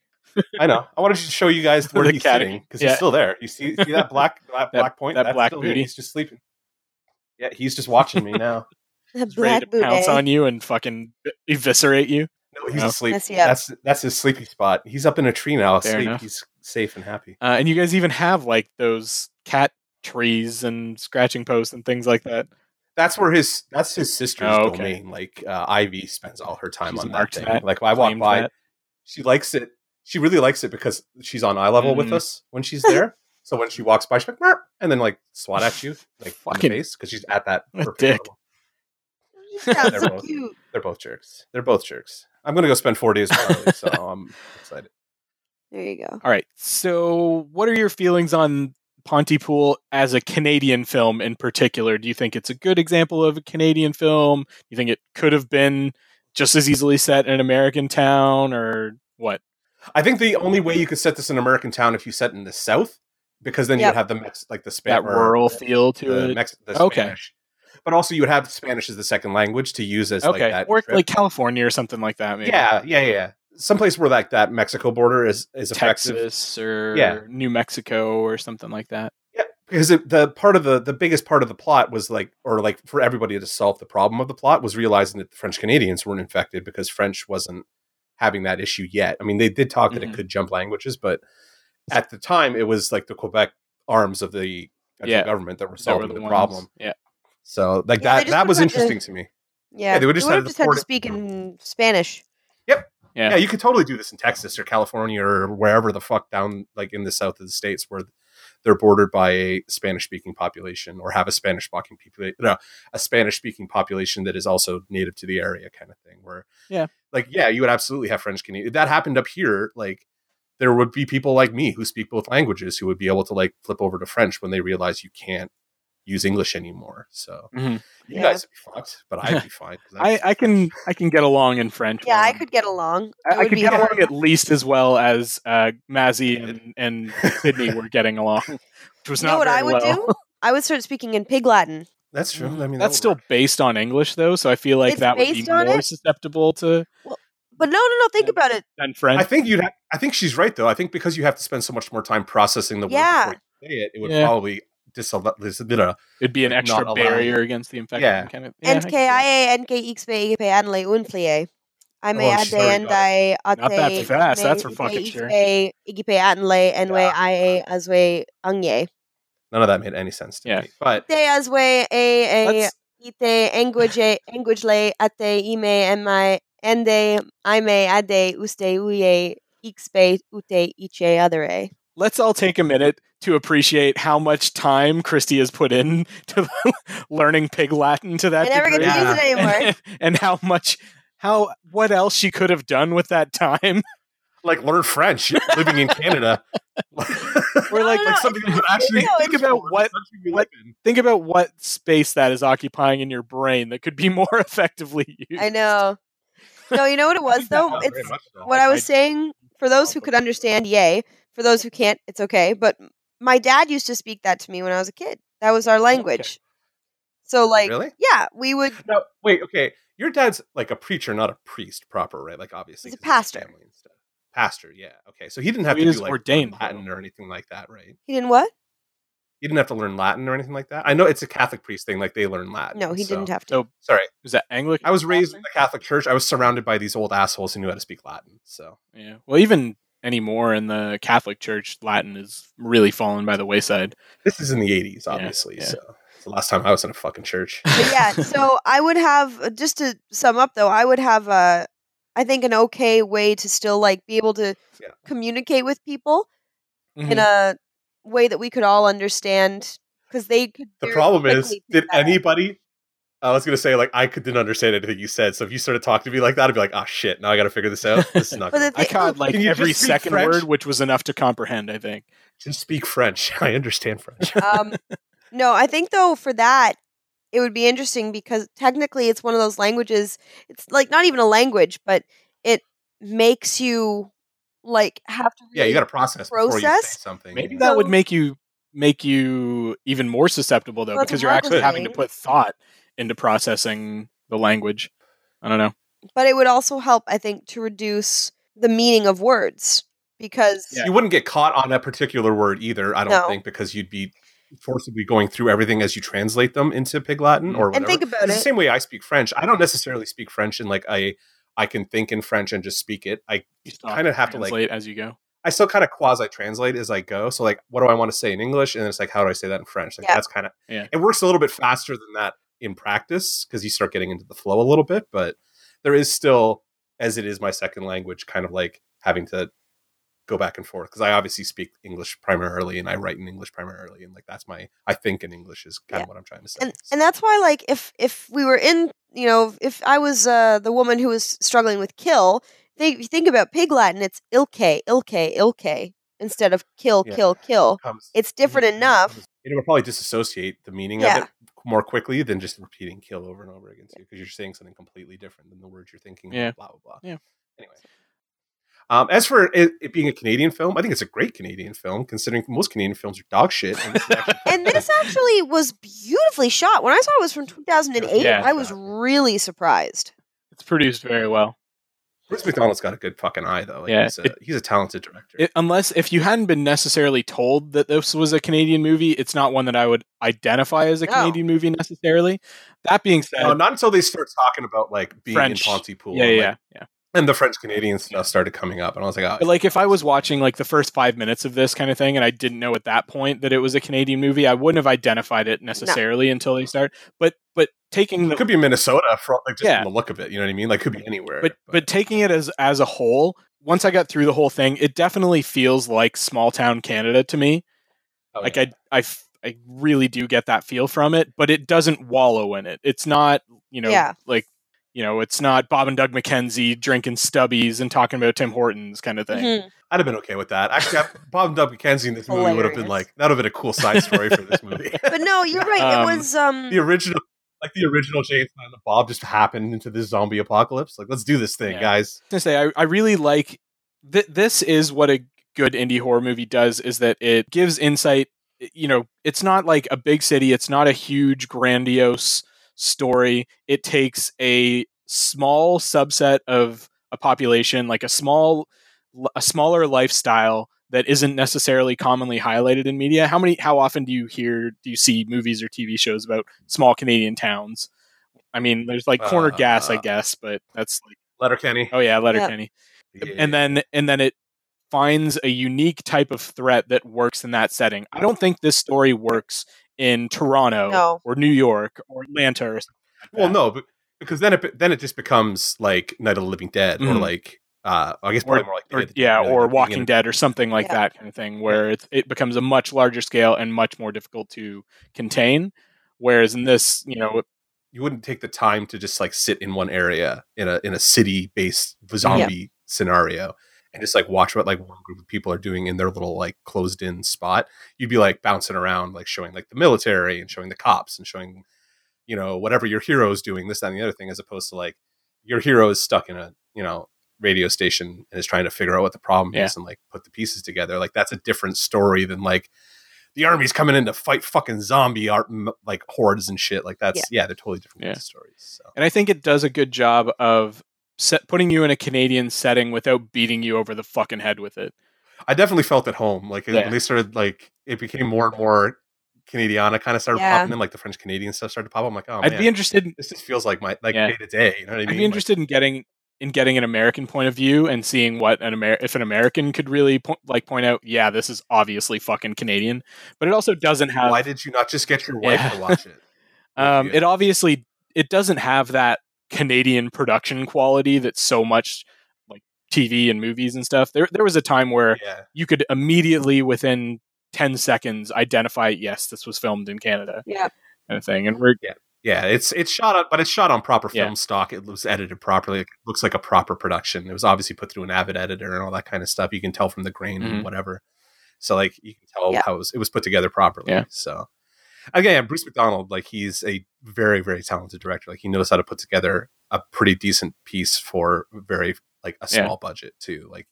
I know. I wanted to show you guys where The he's cat- sitting because yeah. he's still there. You see, see that black that, That- black point? that That's black still there. booty. He's just sleeping. Yeah, he's just watching me now. The Ready black to pounce Boudet. on you and fucking e-, eviscerate you. No, he's No. asleep. Yes, yeah. That's that's his sleepy spot. He's up in a tree now, Fair asleep. enough. He's safe and happy. Uh, and you guys even have like those cat trees and scratching posts and things like that. That's where his that's his sister's Oh, okay. domain. Like uh, Ivy spends all her time She's on that marked thing. that, Like I walk Claimed by, that. she likes it. She really likes it because she's on eye level with Mhm. us when she's there. so when she walks by, she's like, "Merp," and then like swat at you like Fucking- in the face because she's at that What a perfect dick. level. You sound They're so both- cute. They're both jerks. They're both jerks. I'm gonna go spend four days with Harley, so I'm excited. There you go. All right. So, what are your feelings on Pontypool as a Canadian film in particular? Do you think it's a good example of a Canadian film? Do you think it could have been just as easily set in an American town or what? I think the only way you could set this in American town if you set it in the South, because then Yep. you'd have the Mex- like the Spanish That rural feel to the it. Mex- the Okay. Spanish. But also, you would have Spanish as the second language to use as okay. like that. or trip. like California or something like that maybe. yeah, yeah, yeah. Someplace where like that Mexico border is is effective Texas or Yeah. New Mexico or something like that. because it, the part of the the biggest part of the plot was like or like for everybody to solve the problem of the plot was realizing that the French Canadians weren't infected because French wasn't having that issue yet. I mean, they did talk that Mhm. it could jump languages, but at the time it was like the Quebec arms of the federal Yeah. government that were That were solving the, ones- problem. Yeah. So like Yeah, they that just that was would've had to- interesting to me. Yeah, they would've just You had would've to just had to port it. speak in Spanish. Yeah. yeah. you could totally do this in Texas or California or wherever the fuck down like in the south of the states where they're bordered by a Spanish speaking population or have a Spanish speaking population, no, a Spanish speaking population that is also native to the area, kind of thing. Where Yeah. like yeah, you would absolutely have French Canadian. If that happened up here, like there would be people like me who speak both languages who would be able to like flip over to French when they realize you can't use English anymore. So Mhm. you Yeah. guys would be fucked, but I'd be fine. 'cause I'm- I, I can I can get along in French. Yeah, I when- could get along. It I, I would could be get hard. along at least as well as uh, Mazzy and, and Sydney were getting along, which was You not know what very I would well. do? I would start speaking in Pig Latin. that's true. I mean, that would That's still work. based on English though, so I feel like It's that would be based on more it? susceptible to But no, no, no. Think Yeah. about it. than French. I think you'd. Ha- I think she's right though. I think because you have to spend so much more time processing the word Yeah. before you say it, it would Yeah. probably disallow. dis- uh, It'd be an Like, not extra allowed. barrier against the infection. Yeah. Kind of. Yeah, I And can N do K I that. A N K X B E P N L E U N P L E A. I may Oh, add she's the already end I at Not that fast, that's for fucking sure. Igipe Anle and way I a as way Angye. None of that made any sense to Yeah. me. But Te as way a a Let's- ite engwage engwage le ate ime and my ende I may ade uste uye xbe ute iche othere. Let's all take a minute to appreciate how much time Christy has put in to learning Pig Latin to that I never get degree, to use it Yeah. anymore. and, and how much, how what else she could have done with that time. like, learn French living in Canada. We're No, like, no, like no, something you could actually no, think it's- about what Country we what- live in. think about what space that is occupying in your brain that could be more effectively used. I know. No, you know what it was though? Yeah, very It's much so. what I was saying for those who could understand, yay. For those who can't, it's okay. But my dad used to speak that to me when I was a kid. That was our language. So like, really? yeah, we would. No, wait. Okay, your dad's like a preacher, not a priest, proper, right? Like, obviously, He's a 'cause of his pastor. family and stuff. Pastor, yeah. Okay, so he didn't have He to is do like ordained, Latin or anything like that, right? He didn't what? He didn't have to learn Latin or anything like that. I know it's a Catholic priest thing, like they learn Latin. No, he so- didn't have to. So Sorry, is that Anglican? I was raised in Latin? the Catholic Church. I was surrounded by these old assholes who knew how to speak Latin. So Yeah. Well, even anymore in the Catholic Church, Latin is really fallen by the wayside. this is in the eighties, obviously. yeah. So it's the last time I was in a fucking church. But yeah, so I would have uh, just to sum up though, I would have a, I think an okay way to still like be able to Yeah. Mm-hmm. communicate with people Mhm. in a way that we could all understand because they could. The very problem is, quickly pick did that up. anybody? I was gonna say like I could didn't understand anything you said. So if you started talking to me like that, I'd be like, oh shit, now I gotta figure this out. This is not. But gonna the I thing- caught like Can you every just speak second French? word, which was enough to comprehend. I think. just speak French. I understand French. um, no, I think though for that it would be interesting because technically it's one of those languages. It's like not even a language, but it makes you like have to. yeah, you really- gotta process, before you say Process? something. Maybe yeah. that would So- make you make you even more susceptible though, Well, it's because you're actually marketing. having to put thought into processing the language. I don't know. But it would also help, I think, to reduce the meaning of words because Yeah. you wouldn't get caught on a particular word either. I don't No. think because you'd be forcibly going through everything as you translate them into Pig Latin or whatever. Mm-hmm, and think about It's the it. same way I speak French. I don't necessarily speak French in like a I can think in French and just speak it. I You stop kinda have to, like- translate as you go. I still kind of quasi translate as I go. So like, what do I want to say in English? And it's like, how do I say that in French? Like Yeah. that's kind of Yeah. it works a little bit faster than that in practice because you start getting into the flow a little bit. But there is still, as it is my second language, kind of like having to go back and forth because I obviously speak English primarily and I write in English primarily, and like that's my I think in English is kind Yeah. of what I'm trying to say. and and that's why like if if we were in you know if i was uh the woman who was struggling with kill think if you think about pig latin it's ilke ilke ilke instead of kill Yeah. Mm-hmm. kill kill Comes- it's different enough It would probably disassociate the meaning Yeah. of it more quickly than just repeating kill over and over again too, because you're saying something completely different than the words you're thinking. Yeah. Blah blah blah. Yeah. Anyway. Um, as for it, it being a Canadian film, I think it's a great Canadian film, considering most Canadian films are dog shit. And it's actually- and this actually was beautifully shot when i saw it was from 2008 Yeah. i was really surprised It's produced very well. Bruce McDonald's got a good fucking eye, though. Like, Yeah, he's a, it- he's a talented director. It, unless if you hadn't been necessarily told that this was a Canadian movie, it's not one that I would identify as a No. Canadian movie necessarily. That being said, Oh, No, not until they start talking about like being French. in Pontypool, yeah, and, yeah, like, yeah. and the French Canadian stuff started coming up, and I was like, oh, But like if I was watching like the first five minutes of this kind of thing and I didn't know at that point that it was a Canadian movie, I wouldn't have identified it necessarily until they start. But but taking it the could be Minnesota from like, just Yeah. from the look of it. You know what I mean? Like, could be anywhere. but but taking it as as a whole, once I got through the whole thing, it definitely feels like small town Canada to me. Oh, like yeah. I, I f- I really do get that feel from it, but it doesn't wallow in it. It's not, you know, Yeah. like, you know, it's not Bob and Doug McKenzie drinking stubbies and talking about Tim Hortons kind of thing. Mhm. I'd have been okay with that. Actually, I- Bob W. Kenzie in this movie would have been Hilarious. like, that would have been a cool side story for this movie. but no you're right Um, it was um the original, like the original James Bond, the Bob just happened into this zombie apocalypse. Like, let's do this thing, Yeah. guys. I was gonna say I, I really like th- this is what a good indie horror movie does is that it gives insight you know it's not like a big city it's not a huge grandiose story it takes a small subset of a population like a small a smaller lifestyle that isn't necessarily commonly highlighted in media how many how often do you hear do you see movies or tv shows about small canadian towns i mean there's like corner gas i Uh, guess but that's like Letter Kenny. Oh yeah, Letterkenny. And then and then it finds a unique type of threat that works in that setting. I don't think this story works in Toronto No. or New York or Atlanta or something. well, no, but, because then it be- then it just becomes like Night of the Living Dead or Mhm. like, uh, I guess Or- probably more like Or, Day of the Dead, yeah, really, or like being Walking in a- Dead or something like Yeah. that kind of thing where it, it becomes a much larger scale and much more difficult to contain. Whereas in this, you know, You wouldn't take the time to just like sit in one area in a in a city based zombie scenario and just like watch what like one group of people are doing in their little like closed in spot. You'd be like bouncing around, like showing like the military and showing the cops and showing, you know, whatever your hero is doing, this, that, and the other thing, as opposed to like your hero is stuck in a, you know, radio station and is trying to figure out what the problem Yeah. is and like put the pieces together. Like that's a different story than like the army's coming in to fight fucking zombie art m- like hordes and shit. Like that's yeah, they're totally different Yeah. kinds of stories. So and I think it does a good job of set, putting you in a Canadian setting without beating you over the fucking head with it. I definitely felt at home. Like Yeah. when they started like it became more and more Canadiana kind of started Yeah. popping in, like the French Canadian stuff started to pop. up. I'm like, oh I'd man, be interested this just feels like my like Yeah. day to day. You know what I mean? I'd Like, be interested in getting in getting an American point of view and seeing what an Amer- if an American could really po- like point out. Yeah, this is obviously fucking Canadian, but it also doesn't have. why did you not just get your wife Yeah. to watch it? um, you? it obviously it doesn't have that Canadian production quality that so much like TV and movies and stuff. There there was a time where Yeah. you could immediately within ten seconds identify yes this was filmed in Canada yeah kind of thing, and we're Yeah, it's it's shot on, but it's shot on proper Yeah. film stock. It was edited properly. It looks like a proper production. It was obviously put through an avid editor and all that kind of stuff. You can tell from the grain Mhm. and whatever. So like you can tell Yeah. how it was, it was put together properly. Yeah. So again, yeah, Bruce McDonald, like he's a very very talented director. Like he knows how to put together a pretty decent piece for very like a Yeah. small budget too. Like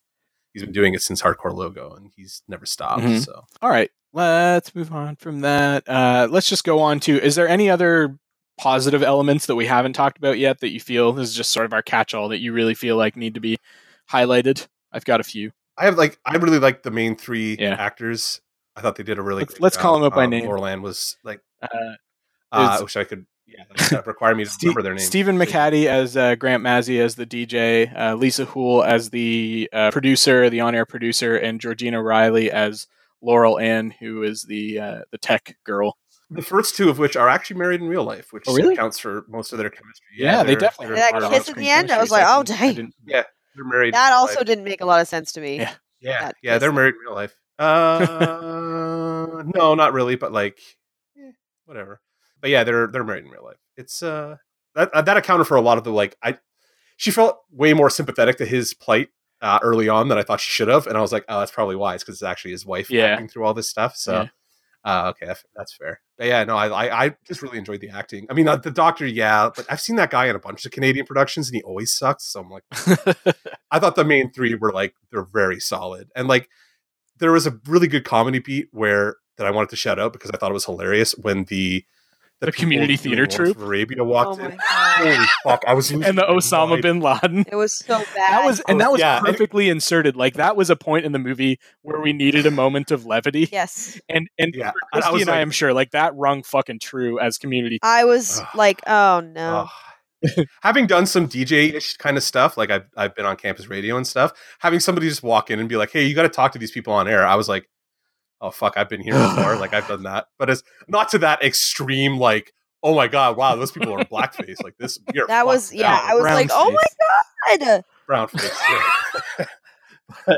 he's been doing it since Hardcore Logo, and he's never stopped. Mhm. So All right, let's move on from that. Uh, let's just go on to is there any other positive elements that we haven't talked about yet that you feel this is just sort of our catch all that you really feel like need to be highlighted? I've got a few. I have like I really like the main three Yeah. actors. I thought they did a really. Let's- great let's call job. them up by Um, name. Laura Land was like. Uh, Uh, I Is- wish I could yeah, that's not require me to Ste- remember their name. Stephen McCaddy as uh, Grant Mazzy as the DJ, uh, Lisa Hool as the uh, producer, the on-air producer, and Georgina Riley as Laurel Ann, who is the uh, the tech girl. The first two of which are actually married in real life, which Oh, really? accounts for most of their chemistry. Yeah, they they're- definitely they're- That they're- kiss at the end, I was like, oh, dang. They're married. That in real also life. didn't make a lot of sense to me. Yeah. Yeah, that yeah, they're kiss. married in real life. Uh, no, not really, but like, eh, whatever. But yeah, they're they're married in real life. It's uh that uh, that accounted for a lot of the like I. She felt way more sympathetic to his plight uh, early on than I thought she should have, and I was like, oh, that's probably wise because it's actually his wife Yeah. acting through all this stuff. So. Uh, okay, that's- that's fair. But yeah, no, I, I I just really enjoyed the acting. I mean, uh, the doctor, yeah, but I've seen that guy in a bunch of Canadian productions, and he always sucks. So I'm like, I thought the main three were like they're very solid, and like there was a really good comedy beat where that I wanted to shout out because I thought it was hilarious when the The people community doing theater Lawrence troupe? of Arabia Oh walked my in. god. Holy fuck! I was losing and the my Osama mind. bin Laden. It was so bad. That was and that was Oh, Yeah. perfectly inserted. Like that was a point in the movie where we needed a moment of levity. yes. And and Yeah, for and I Christy was and I like- am sure like that rung fucking true as community. I was Ugh. like, oh no. Ugh. having done some DJ ish kind of stuff, like I've I've been on campus radio and stuff, having somebody just walk in and be like, "Hey, you got to talk to these people on air," I was like, "Oh fuck, I've been here before. like I've done that." But it's not to that extreme. Like, oh my god, wow, those people are blackface. Like this, we are that was fucked yeah. now. I was brown like, oh my god. brown face. yeah.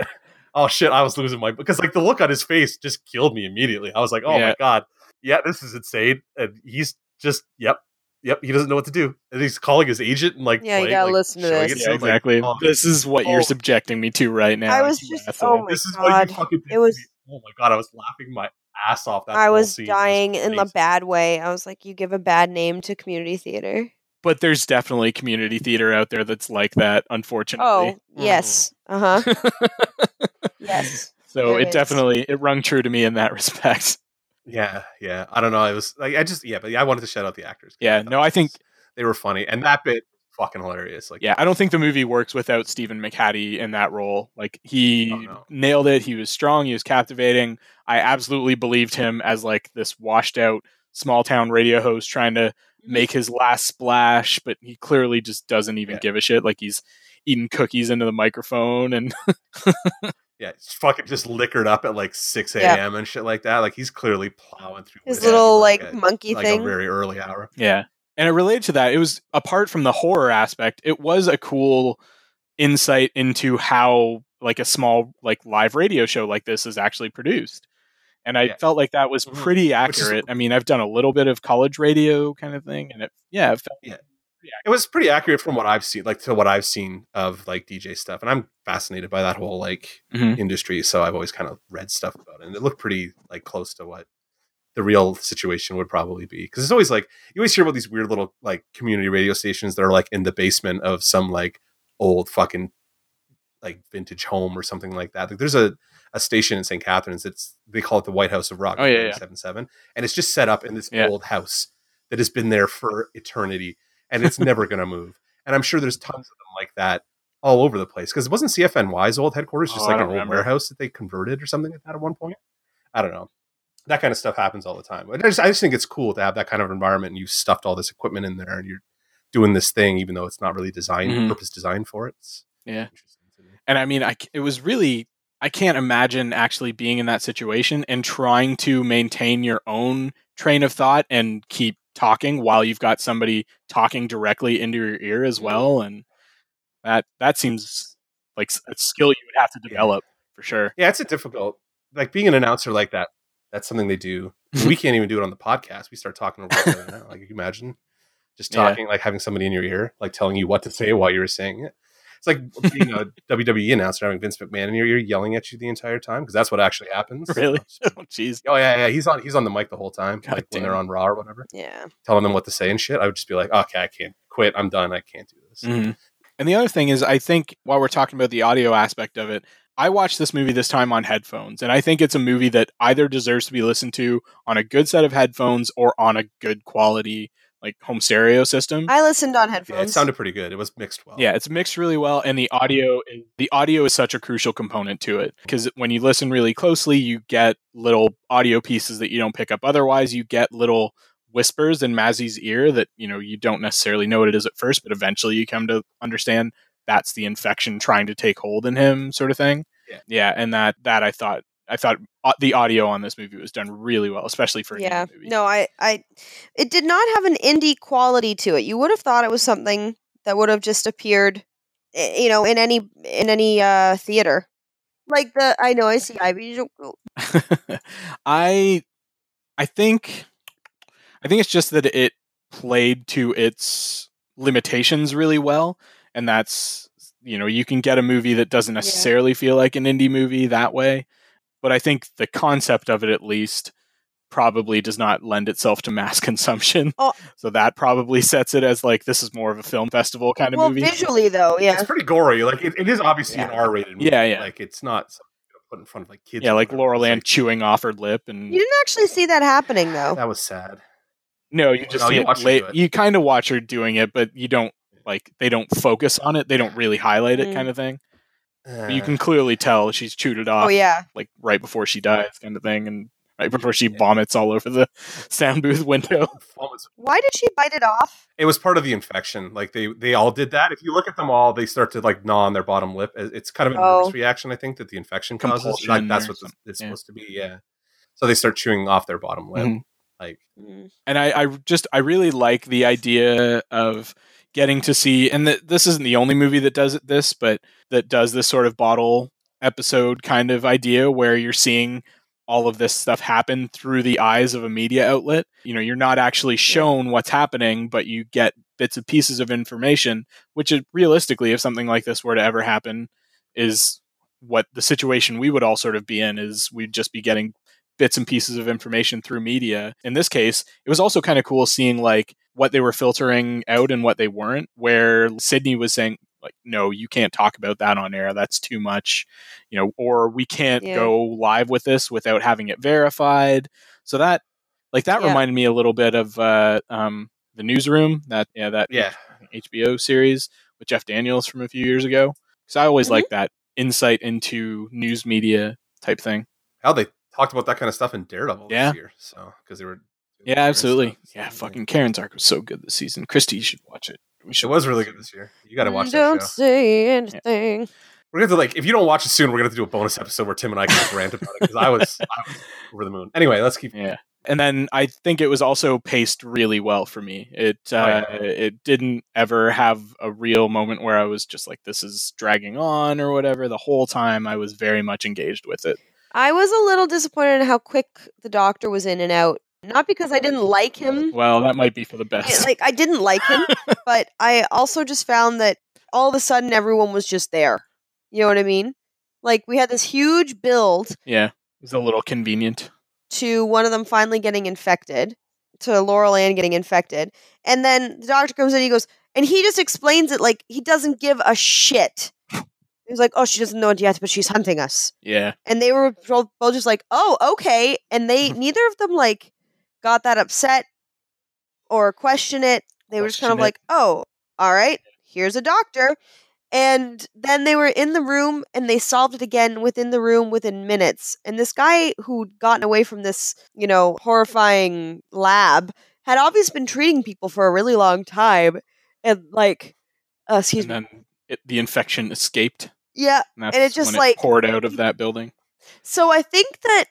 oh shit, I was losing my because like the look on his face just killed me immediately. I was like, oh Yeah. my god, yeah, this is insane. And he's just yep, yep. He doesn't know what to do, and he's calling his agent and like Yeah, you playing, gotta like, listen to showing this. it It's Yeah, him, like, exactly. oh, this is what oh. you're subjecting me to right now. I was you just- asshole. oh my- this is what God. you fucking. did It was- to me. Oh my god, I was laughing my ass off. That I whole was scene. It dying in a crazy. bad way. I was like, you give a bad name to community theater. but there's definitely community theater out there that's like that, Oh unfortunately. yes. Uh huh. yes. so there it is. definitely it rung true to me in that respect. Yeah, yeah. I don't know. It was like I just yeah, but yeah, I wanted to shout out the actors. 'cause Yeah, thought no, I think- they were funny, and that bit fucking hilarious. Like Yeah, I don't think the movie works without Stephen McHattie in that role. Like he Oh, no. nailed it. He was strong. He was captivating. I absolutely believed him as like this washed out small town radio host trying to make his last splash, but he clearly just doesn't even Yeah. give a shit. Like he's eating cookies into the microphone and Yeah, it's fucking just liquored up at like six Yeah. a.m. and shit like that. Like he's clearly plowing through His whatever, little like a- monkey like a thing. very early hour. Yeah. And it related to that. It was apart from the horror aspect, it was a cool insight into how like a small like live radio show like this is actually produced. And I Yeah. felt like that was Mhm. pretty is- accurate. I mean, I've done a little bit of college radio kind of thing and it yeah, it felt It was pretty accurate from what I've seen, like to what I've seen of like DJ stuff, and I'm fascinated by that whole like Mhm. industry. So I've always kind of read stuff about it, and it looked pretty like close to what the real situation would probably be. Because it's always like you always hear about these weird little like community radio stations that are like in the basement of some like old fucking like vintage home or something like that. Like there's a a station in St. Catharines. It's they call it the White House of Rock. Oh, yeah, yeah. seven seven, and it's just set up in this Yeah. old house that has been there for eternity, and it's never going to move. And I'm sure there's tons of them like that all over the place because it wasn't CFNY's old headquarters, just Oh, I like an don't old remember. warehouse that they converted or something like that at one point. I don't know. That kind of stuff happens all the time. But I just, I just think it's cool to have that kind of environment, and you stuffed all this equipment in there, and you're doing this thing, even though it's not really designed, Mhm. purpose designed for it. It's Yeah. interesting to me. And I mean, I, c- it was really, I can't imagine actually being in that situation and trying to maintain your own train of thought and keep talking while you've got somebody talking directly into your ear as well. And that, that seems like s- a skill you would have to Yeah. develop for sure. Yeah, it's a difficult like being an announcer like that. That's something they do. Mm-hmm. we can't even do it on the podcast. We start talking over each other now. Like you can imagine, just Yeah. talking like having somebody in your ear, like telling you what to say while you were saying it. It's like being a WWE announcer having Vince McMahon in your ear yelling at you the entire time because that's what actually happens. Really? Oh, jeez. Oh yeah, yeah. He's on. He's on the mic the whole time, God like when damn they're it. on Raw or whatever, Yeah. telling them what to say and shit. I would just be like, okay, I can't quit. I'm done. I can't do this. Mhm. And the other thing is, I think while we're talking about the audio aspect of it, I watched this movie this time on headphones, and I think it's a movie that either deserves to be listened to on a good set of headphones or on a good quality like home stereo system. I listened on Hmm? Yeah, it headphones. sounded pretty good. It was mixed well. Yeah, it's mixed really well, and the audio is, the audio is such a crucial component to it because when you listen really closely, you get little audio pieces that you don't pick up otherwise. You get little whispers in Mazzy's ear that you know you don't necessarily know what it is at first, but eventually you come to understand that's the infection trying to take hold in him, sort of thing. Yeah. yeah and that that I thought I thought au- the audio on this movie was done really well, especially for an yeah indie movie. no i i it did not have an indie quality to it you would have thought it was something that would have just appeared i- you know in any in any uh theater like the i know i see ivy you- I I think I think it's just that it played to its limitations really well and that's you know you can get a movie that doesn't Yeah. necessarily feel like an indie movie that way but I think the concept of it at least probably does not lend itself to mass consumption Oh. so that probably sets it as like this is more of a film festival kind of well movie visually though yeah It's pretty gory. Like it, it is obviously an R rated movie. Yeah, yeah. Like it's not something you put in front of like kids. yeah or like whatever. Laura It's, like, Land chewing off her lip and you didn't actually see that happening though that was sad. No, you Well, just no, Oh, see you it watch her late. do it. You kind of watch her doing it, but you don't like they don't focus on it. They don't really highlight it, Mm. kind of thing. Uh, But you can clearly tell she's chewed it off, oh yeah like right before she dies, kind of thing, and right before she vomits all over the sound booth window. vomits. why did she bite it off It was part of the infection. Like they they all did that. If you look at them all, they start to like gnaw on their bottom lip. It- It's kind of a Oh. nervous reaction, I think, that the infection causes. Like Compulsion that's or what it's- it's yeah. supposed to be. Yeah. So they start chewing off their bottom lip. Mhm. Like Mm. and I, I just I really like the idea of getting to see and th- this isn't the only movie that does it this but that does this sort of bottle episode kind of idea where you're seeing all of this stuff happen through the eyes of a media outlet you know you're not actually shown what's happening but you get bits and pieces of information which is realistically if something like this were to ever happen is what the situation we would all sort of be in is we'd just be getting bits and pieces of information through media. In this case, it was also kind of cool seeing like what they were filtering out and what they weren't, where Sydney was saying, like, no, you can't talk about that on air. That's too much, you know, or we can't Yeah. go live with this without having it verified. So that, like, that Yeah. reminded me a little bit of uh, um, the newsroom that, yeah, that yeah. HBO series with Jeff Daniels from a few years ago. Cause I always Mhm. like that insight into news media type thing. How they talked about that kind of stuff in Daredevil Yeah. this year. So because they were Yeah, absolutely. Yeah, fucking. fucking Karen's arc was so good this season. Christy, you should watch it. We It should. was really good this year. You got to watch that Mm, don't show. say anything We're gonna have to, like if you don't watch it soon, we're gonna have to do a bonus episode where Tim and I can just rant about it because I was, I was over the moon. Anyway, let's keep. Yeah, and then I think it was also paced really well for me. It uh, yeah. it didn't ever have a real moment where I was just like, "This is dragging on" or whatever. The whole time I was very much engaged with it. i was a little disappointed in how quick the doctor was in and out not because i didn't like him Well, that might be for the Yeah, best. like I didn't like him, but I also just found that all of a sudden everyone was just there. You know what I mean? Like we had this huge build yeah, it was a little convenient. to one of them finally getting infected, to Laurel Ann getting infected, and then the doctor comes in. He goes and he just explains it like he doesn't give a shit. He was like, "Oh, she doesn't know it yet, but she's hunting us." Yeah, And they were both both just like, "Oh, okay." And Mm-hmm. they neither of them like got that upset or question it. They were just kind of Question it. like, "Oh, all right, here's a doctor." And then they were in the room and they solved it again within the room within minutes. And this guy who'd gotten away from this, you know, horrifying lab had obviously been treating people for a really long time. And like, uh, excuse and me. then it, the infection escaped. Yeah. And, that's it just, when like- poured out of that building. So I think that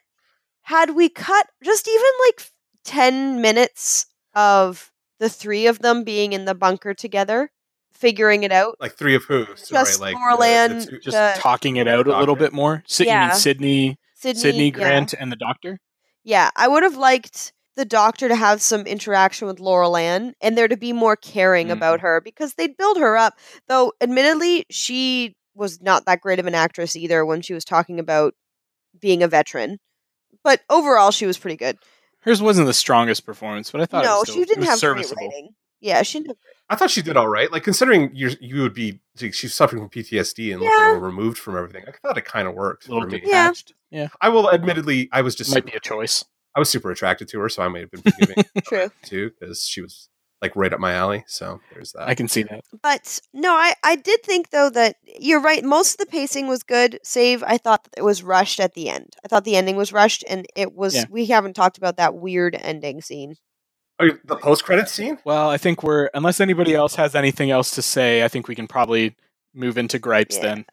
had we cut just even like 10 minutes of the three of them being in the bunker together, figuring it out, Like three of who? Just uh, like Morland, two- Just The- talking it out a little Doctor. bit more. Sydney, Yeah. Sydney, Sydney, Sydney yeah. Grant, and the doctor. Yeah, I would have liked the doctor to have some interaction with Laurel Ann and there to be more caring Mm. about her because they'd build her up. Though, admittedly, she was not that great of an actress either when she was talking about being a veteran. But overall, she was pretty good. Hers wasn't the strongest performance, but I thought it No, was still, she it didn't was have great serviceable. rating. Yeah, she didn't. I thought she did all right. Like considering you you would be she's suffering from PTSD and like, Yeah. a little removed from everything. I thought it kind of worked A little for me. Yeah. detached. Yeah, I will admittedly, I was just might be a choice. I was super attracted to her, so I may have been forgiving True. too because she was like right up my alley. So there's that. I can see that. But no, I, I did think though that you're right. Most of the pacing was good, save I thought that it was rushed at the end. I thought the ending was rushed, and it was. Yeah. We haven't talked about that weird ending scene. Okay, Oh, the post credit scene. Well, I think we're unless anybody else has anything else to say, I think we can probably move into gripes Yeah. then.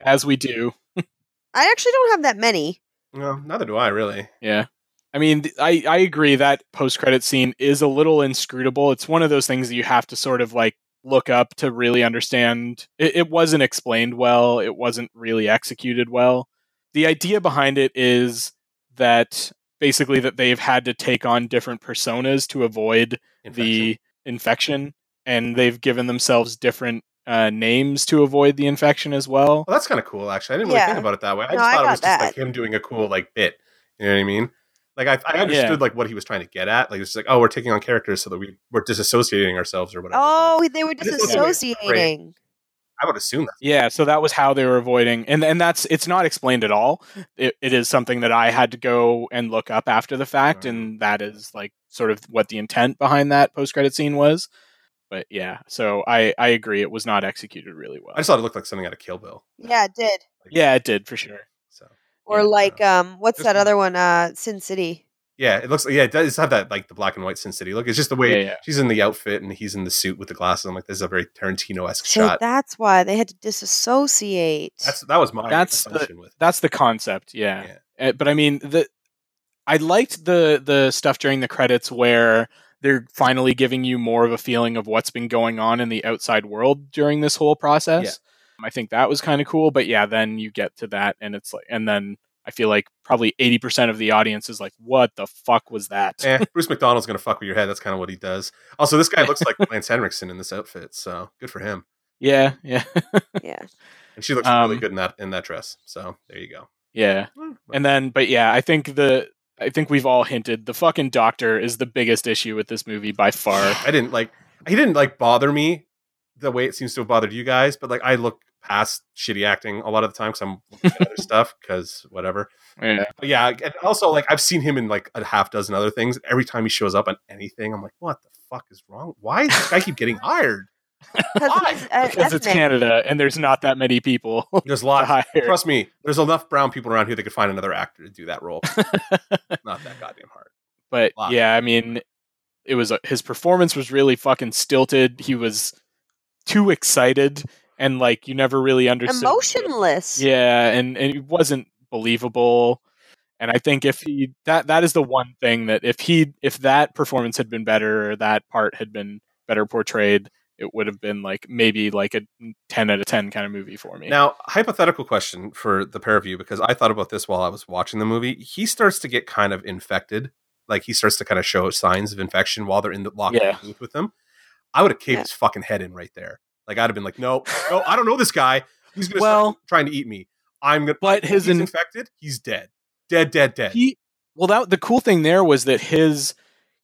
As we do. I actually don't have that many. No, neither do I really. Yeah. I mean, th- I, I agree that post credit scene is a little inscrutable. It's one of those things that you have to sort of like look up to really understand. It, it wasn't explained well, it wasn't really executed well. The idea behind it is that basically that they've had to take on different personas to avoid the infection, and they've given themselves different uh, names to avoid the infection as well. Well, that's kind of cool, actually. I didn't Yeah. really think about it that way. I No, just I thought it got was that. just like him doing a cool like bit. You know what I mean? Like I, I understood Yeah. like what he was trying to get at. Like it's just like, oh, we're taking on characters so that we we're disassociating ourselves or whatever. Oh, they were I just thought they were disassociating. I would assume that. Yeah, so that was how they were avoiding, and and that's it's not explained at all. It, it is something that I had to go and look up after the fact, Right. and that is like sort of what the intent behind that post credit scene was. But yeah, so I I agree it was not executed really well. I just thought it looked like something out of Kill Bill. Yeah, it did. yeah, it did for sure. So Or Yeah, like, um, what's Just- that other one? Uh, Sin City. yeah, it looks like yeah, it does have that like the black and white Sin City look. It's just the Yeah, way yeah. she's in the outfit and he's in the suit with the glasses. I'm like, this is a very Tarantino esque So shot. that's why they had to disassociate. That's that was my That's the- assumption with. it. That's the concept. Yeah. Yeah. Uh, but I mean the I liked the the stuff during the credits where they're finally giving you more of a feeling of what's been going on in the outside world during this whole process. Um, I think that was kind of cool, but yeah, then you get to that and it's like and then I feel like probably 80% of the audience is like what the fuck was that? Eh, Bruce McDonald's gonna fuck with your head. That's kind of what he does. Also, this guy looks like Lance Henriksen in this outfit, so good for him. Yeah, yeah. yeah. And she looks Um, really good in that in that dress. So there you go. Yeah. And then, but yeah, I think the I think we've all hinted the fucking doctor is the biggest issue with this movie by far. I didn't like he didn't like bother me the way it seems to have bothered you guys, but like I look past shitty acting a lot of the time because I'm looking at other stuff because whatever. Yeah. But yeah, and also like I've seen him in like a half dozen other things. Every time he shows up on anything, I'm like, what the fuck is wrong? Why does this guy keep getting hired? Why? uh, Because it's Canada and there's not that many people to There's a lot. hire. Trust me, there's enough brown people around here that could find another actor to do that role. Not that goddamn hard. But Wow. yeah, I mean, it was his performance was really fucking stilted. He was too excited, and like you never really understood. emotionless. Yeah, and, and it wasn't believable. And I think if he that that is the one thing that if he if that performance had been better or that part had been better portrayed, it would have been like maybe like a ten out of ten kind of movie for me. Now, hypothetical question for the pair of you, because I thought about this while I was watching the movie. He starts to get kind of infected. Like he starts to kind of show signs of infection while they're in the locked Yeah. booth with him. I would have caved Yeah. his fucking head in right there. Like I'd have been like, no, no, I don't know this guy. He's gonna Well- start trying to eat me. I'm gonna but his he's in- infected, he's dead. Dead, dead, dead. he well that the cool thing there was that his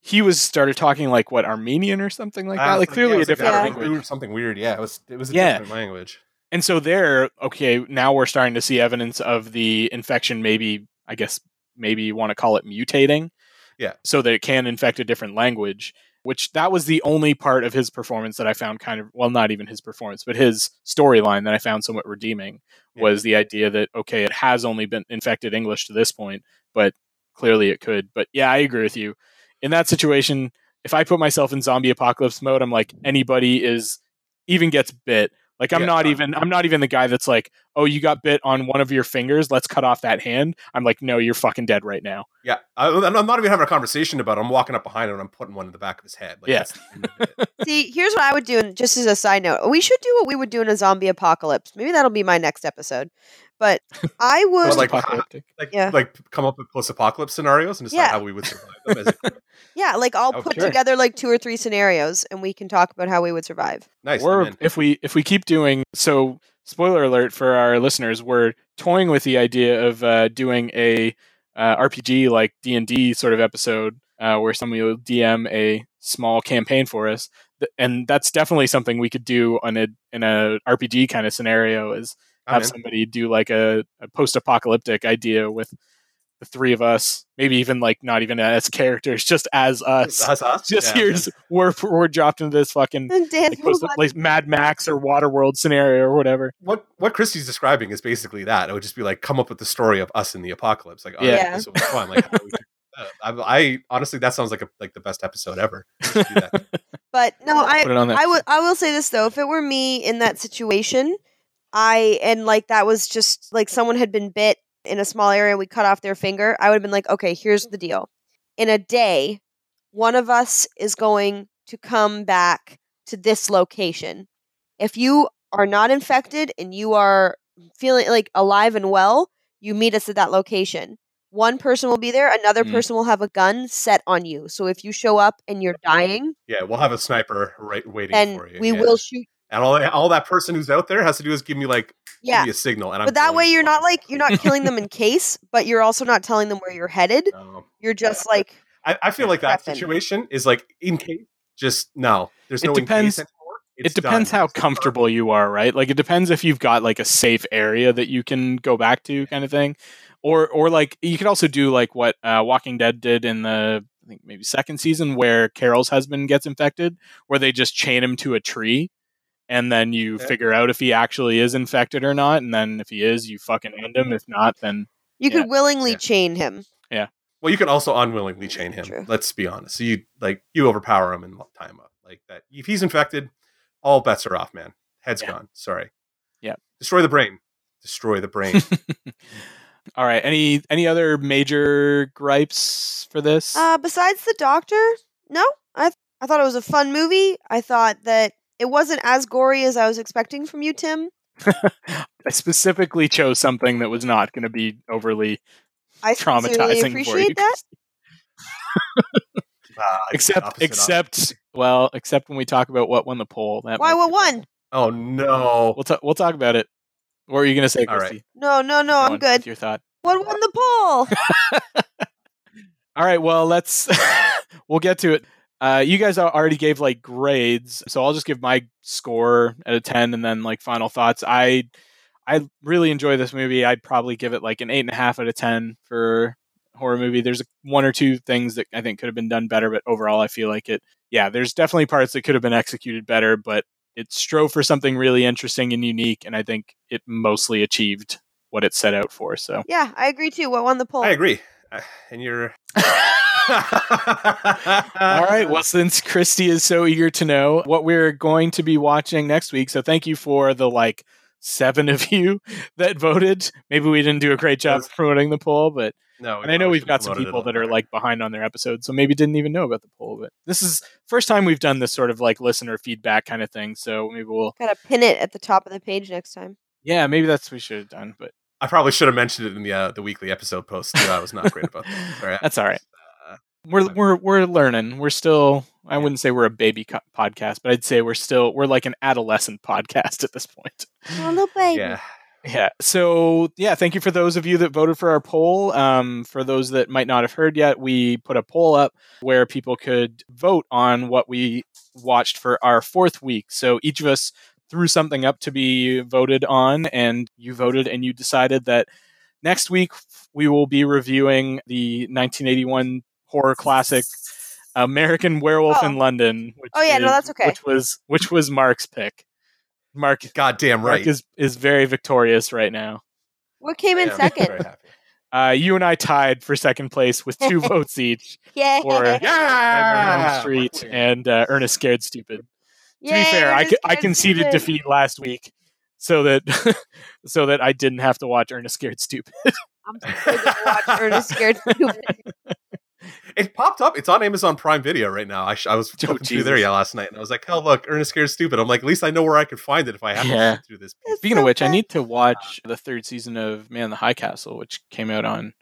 he was started talking like what Armenian or something like I was that. Like Ah, yeah, clearly it a was like different that. language. It was Something weird, yeah. It was it was a Yeah. different language. And so there, okay, now we're starting to see evidence of the infection. Maybe I guess maybe you want to call it mutating. Yeah. So that it can infect a different language, which that was the only part of his performance that I found kind of well, not even his performance, but his storyline that I found somewhat redeeming Yeah. was the idea that okay, it has only been infected English to this point, but clearly it could. But yeah, I agree with you. In that situation, if I put myself in zombie apocalypse mode, I'm like anybody is even gets bit. Like I'm Yeah. uh-huh. not even I'm not even the guy that's like, "Oh, you got bit on one of your fingers. Let's cut off that hand." I'm like, "No, you're fucking dead right now." Yeah, I, I'm not even having a conversation about it. I'm walking up behind him and I'm putting one in the back of his head. Like, Yeah. that's the end of it. See, here's what I would do, and just as a side note, we should do what we would do in a zombie apocalypse. Maybe that'll be my next episode. But I would, Well, like, Post-apocalyptic. like Yeah. like come up with post apocalypse scenarios and decide Yeah. how we would survive them. As a, yeah, like I'll Oh, put sure. together like two or three scenarios, and we can talk about how we would survive. nice. or I'm in. if we if we keep doing so spoiler alert for our listeners we're toying with the idea of uh, doing a uh, rpg like d&d sort of episode uh, where somebody will dm a small campaign for us Th- and that's definitely something we could do on a in a rpg kind of scenario is I'm have in. somebody do like a, a post-apocalyptic idea with the three of us maybe even like not even as characters just as us Us, us? just Yeah. here's we're we're dropped into this fucking And Dan, like, post- like Mad Max or Waterworld scenario or whatever. what what Christie's describing is basically that. It would just be like come up with the story of us in the apocalypse. Like, oh, Yeah. yeah, this would be fun. Like, how we could- uh, I, I honestly, that sounds like a, like the best episode ever. Do that. But no, I Put it on that. I will I will say this though, if it were me in that situation, I and like that was just like someone had been bit in a small area, we cut off their finger, I would have been like, okay, here's the deal. In a day, one of us is going to come back to this location. If you are not infected and you are feeling like alive and well, you meet us at that location. One person will be there, another Mm-hmm. Mm. person will have a gun set on you. So if you show up and you're dying, yeah, we'll have a sniper right waiting then for you. we yeah. will shoot And all, all that person who's out there has to do is give me like Yeah. give me a signal. And I'm but that going way you're not fucking- like you're not killing them in case, but you're also not telling them where you're headed. No. You're just like I, I feel like that Prepping. situation is like in case. Just no. There's It no depends- In case anymore. it It's depends done. how comfortable you are, right? Like it depends if you've got like a safe area that you can go back to, kind of thing, or or like you could also do like what uh, Walking Dead did in the I think maybe second season where Carol's husband gets infected, where they just chain him to a tree, and then you Okay. figure out if he actually is infected or not, and then if he is, you fucking end him. If not, then you Yeah. could willingly Yeah. chain him. Well, you can also unwillingly chain him. True. Let's be honest. So you like you overpower him and tie him up like that. If he's infected, all bets are off, man. Head's Yeah. gone. Sorry. Yeah. Destroy the brain. Destroy the brain. all right. Any any other major gripes for this? Uh, besides the doctor, no, I th- I thought it was a fun movie. I thought that it wasn't as gory as I was expecting from you, Tim. I specifically chose something that was not going to be overly I sincerely traumatizing for you. appreciate that. Ah, it's the except opposite except well except when we talk about what won the poll that Why might what be- one? opposite. Oh no. we'll talk we'll talk about it what were you gonna say All right. Christy? No, no, no, Go I'm on with good. your thought What won the poll? all right well let's we'll get to it uh, you guys al- already gave like grades so i'll just give my score at a 10 and then like final thoughts i i really enjoy this movie i'd probably give it like an 8.5 out of 10 for horror movie there's one or two things that i think could have been done better but overall i feel like it yeah there's definitely parts that could have been executed better but it strove for something really interesting and unique and i think it mostly achieved what it set out for so yeah, I agree too. What won the poll? I agree. Uh, And you're All right. Well, since Christy is so eager to know what we're going to be watching next week, so thank you for the like seven of you that voted. Maybe we didn't do a great job promoting the poll, but no. and I know we we've should've got some promoted it people a that lot are better. like behind on their episodes, so maybe didn't even know about the poll. But this is first time we've done this sort of like listener feedback kind of thing. So maybe we'll Gotta pin it at the top of the page next time. yeah, maybe that's what we should have done. But I probably should have mentioned it in the uh, the weekly episode post. Too. I was not great about that. Sorry. that's all right. Uh, we're we're we're learning. We're still. I wouldn't say we're a baby co- podcast, but I'd say we're still we're like an adolescent podcast at this point. Oh, little baby. yeah. Yeah. So yeah, thank you for those of you that voted for our poll. Um, for those that might not have heard yet, we put a poll up where people could vote on what we watched for our fourth week. So each of us threw something up to be voted on, and you voted and you decided that next week we will be reviewing the 1981 horror classic American Werewolf in Oh. London. Which Oh, yeah, no, is- that's okay. Which was which was Mark's pick. Mark God damn right. Mark is is very victorious right now. What came in Yeah, I'm very second? happy. Uh, you and I tied for second place with two votes each. Yeah. Or- uh, Nightmare on Elm Yeah. Street and uh, Ernest Scared Stupid. To Ah, Yay, be fair, I, Ernest c- I Scared conceded Stupid. defeat last week, so that so that I didn't have to watch Ernest Scared Stupid. I'm scared to watch Ernest Scared Stupid. It popped up. It's on Amazon Prime Video right now. I, sh- I was Oh, flipping through there Jesus. yeah, last night, and I was like, "Oh look, Ernest scared stupid." I'm like, at least I know where I could find it if I have Yeah. to flip through this. It's Speaking so of which, I good. need to watch the third season of Man in the High Castle, which came out on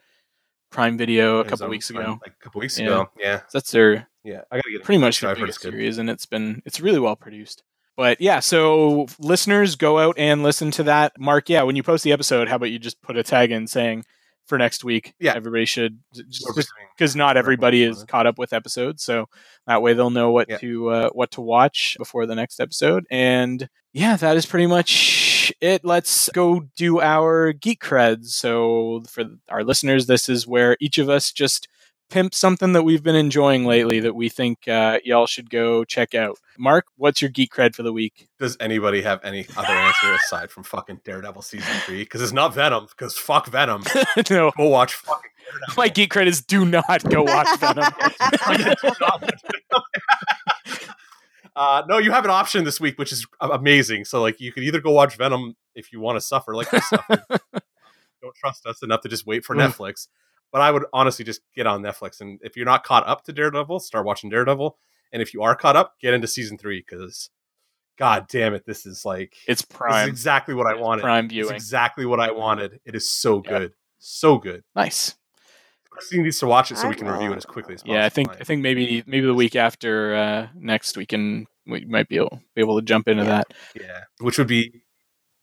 Prime Video a couple Amazon weeks Prime, ago. Like a couple weeks Yeah. ago. Yeah, That's their yeah. I gotta get it. pretty much Yeah, the I've heard biggest it's good. series, and it's been it's really well produced. But yeah, so listeners, go out and listen to that. Mark, yeah, when you post the episode, how about you just put a tag in saying for next week? Yeah. everybody should just We're doing- because not everybody is Mhm. caught up with episodes, so that way they'll know what Yeah. to uh, what to watch before the next episode. And yeah, that is pretty much it. Let's go do our geek creds. So for our listeners, this is where each of us just pimp something that we've been enjoying lately that we think uh, y'all should go check out. Mark, what's your geek cred for the week? Does anybody have any other answer aside from fucking Daredevil season three? Because it's not Venom. Because fuck Venom. no, Go watch fucking my geek cred is do not go watch Venom. Uh, no, you have an option this week, which is a- amazing. So, like, you could either go watch Venom if you want to suffer, like we suffered. Don't trust us enough to just wait for Mm. Netflix. But I would honestly just get on Netflix, and if you're not caught up to Daredevil, start watching Daredevil. And if you are caught up, get into season three because, god damn it, this is like It's this is prime exactly what I wanted. prime It's viewing. exactly what I wanted. It is so Yeah. good, so good. Nice. Christine needs to watch it so I we can will. review it as quickly as possible. Yeah, I think I think maybe maybe the week after uh, next we can we might be able, be able to jump into Yeah. that. yeah, which would be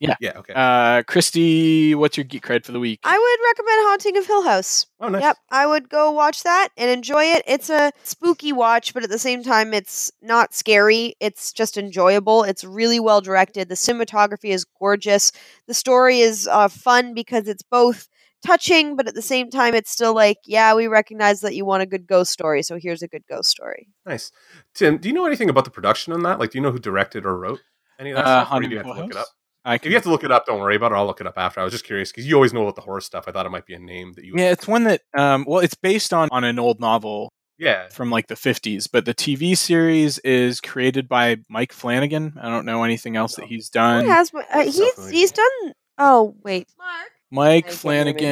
Yeah. yeah, okay. Uh, Christy, what's your geek cred for the week? I would recommend Haunting of Hill House. oh, nice. Yep, I would go watch that and enjoy it. It's a spooky watch, but at the same time, it's not scary. It's just enjoyable. It's really well directed. The cinematography is gorgeous. The story is uh, fun because it's both touching, but at the same time, it's still like, yeah, we recognize that you want a good ghost story, so here's a good ghost story. Nice. Tim, do you know anything about the production on that? Like, do you know who directed or wrote any of that Uh, stuff? Or do Haunted you have to Hill look it House? up? I If you have to look it up, don't worry about it. I'll look it up after. I was just curious because you always know about the horror stuff. I thought it might be a name that you. yeah, it's one that um, well, it's based on on an old novel Yeah. from like the 50s, but the TV series is created by Mike Flanagan. I don't know anything else Oh. that he's He done. has, uh, he's, definitely- he's done. Oh, wait. Mark? Mike I can't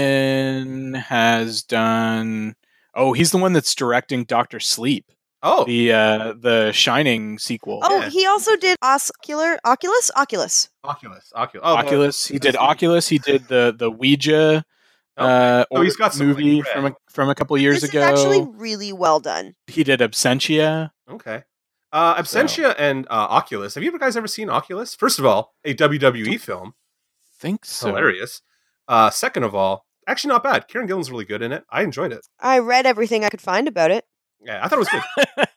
Flanagan has done Oh, he's the one that's directing Doctor Sleep, Oh, the uh the Shining sequel. Oh, Yeah. he also did Oscular, Oculus? Oculus. Oculus. Oculus. Oh, the- Oculus, he did that's the- Oculus, he did the the Ouija Oh. uh Oh, he's got orc some, like, movie red. from a, from a couple years this ago. is actually really well done. he did Absentia. Okay. Uh, Absentia and uh, Oculus. Have you guys ever seen Oculus? First of all, a WWE film. Think Oh, so. Hilarious. Uh, second of all, actually not bad. Karen Gillan's really good in it. I enjoyed it. I read everything I could find about it. Yeah, I thought it was good.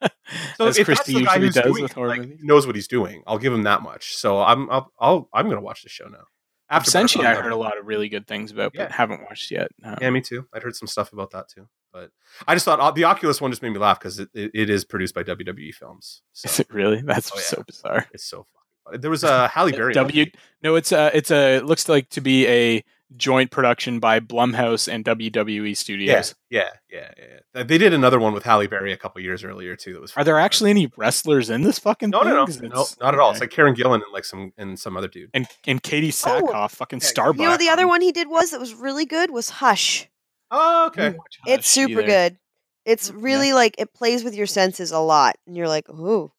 So As if that's Christy the guy usually who's does doing with it, horror like, movies. he knows what he's doing. I'll give him that much. So I'm I'll, I'll I'm gonna watch the show now. After Better Absentia, Call I Saul. heard a lot of really good things about, but Yeah. haven't watched yet. Um, Yeah, me too. I'd heard some stuff about that too. But I just thought uh, the Oculus one just made me laugh because it, it, it is produced by WWE Films. Is So it really? That's Oh, yeah. so bizarre. it's so fucking funny. There was a Halle Berry. W. E movie. No, it's a. It's a. It looks like to be a joint production by Blumhouse and WWE Yeah, Studios. yeah, yeah, yeah. yeah. They did another one with Halle Berry a couple years earlier too. That was. Are there actually any wrestlers in this fucking No, thing? no, no, 'Cause no, it's- not at all. okay. It's like Karen Gillan and like some and some other dude. and and Katie Sackhoff, fucking yeah, Starbucks. Oh, You know, the other one he did was that was really good was Hush. Oh, I okay. didn't watch Hush It's super either. good. It's really like it plays with your senses a lot, and you're like, ooh,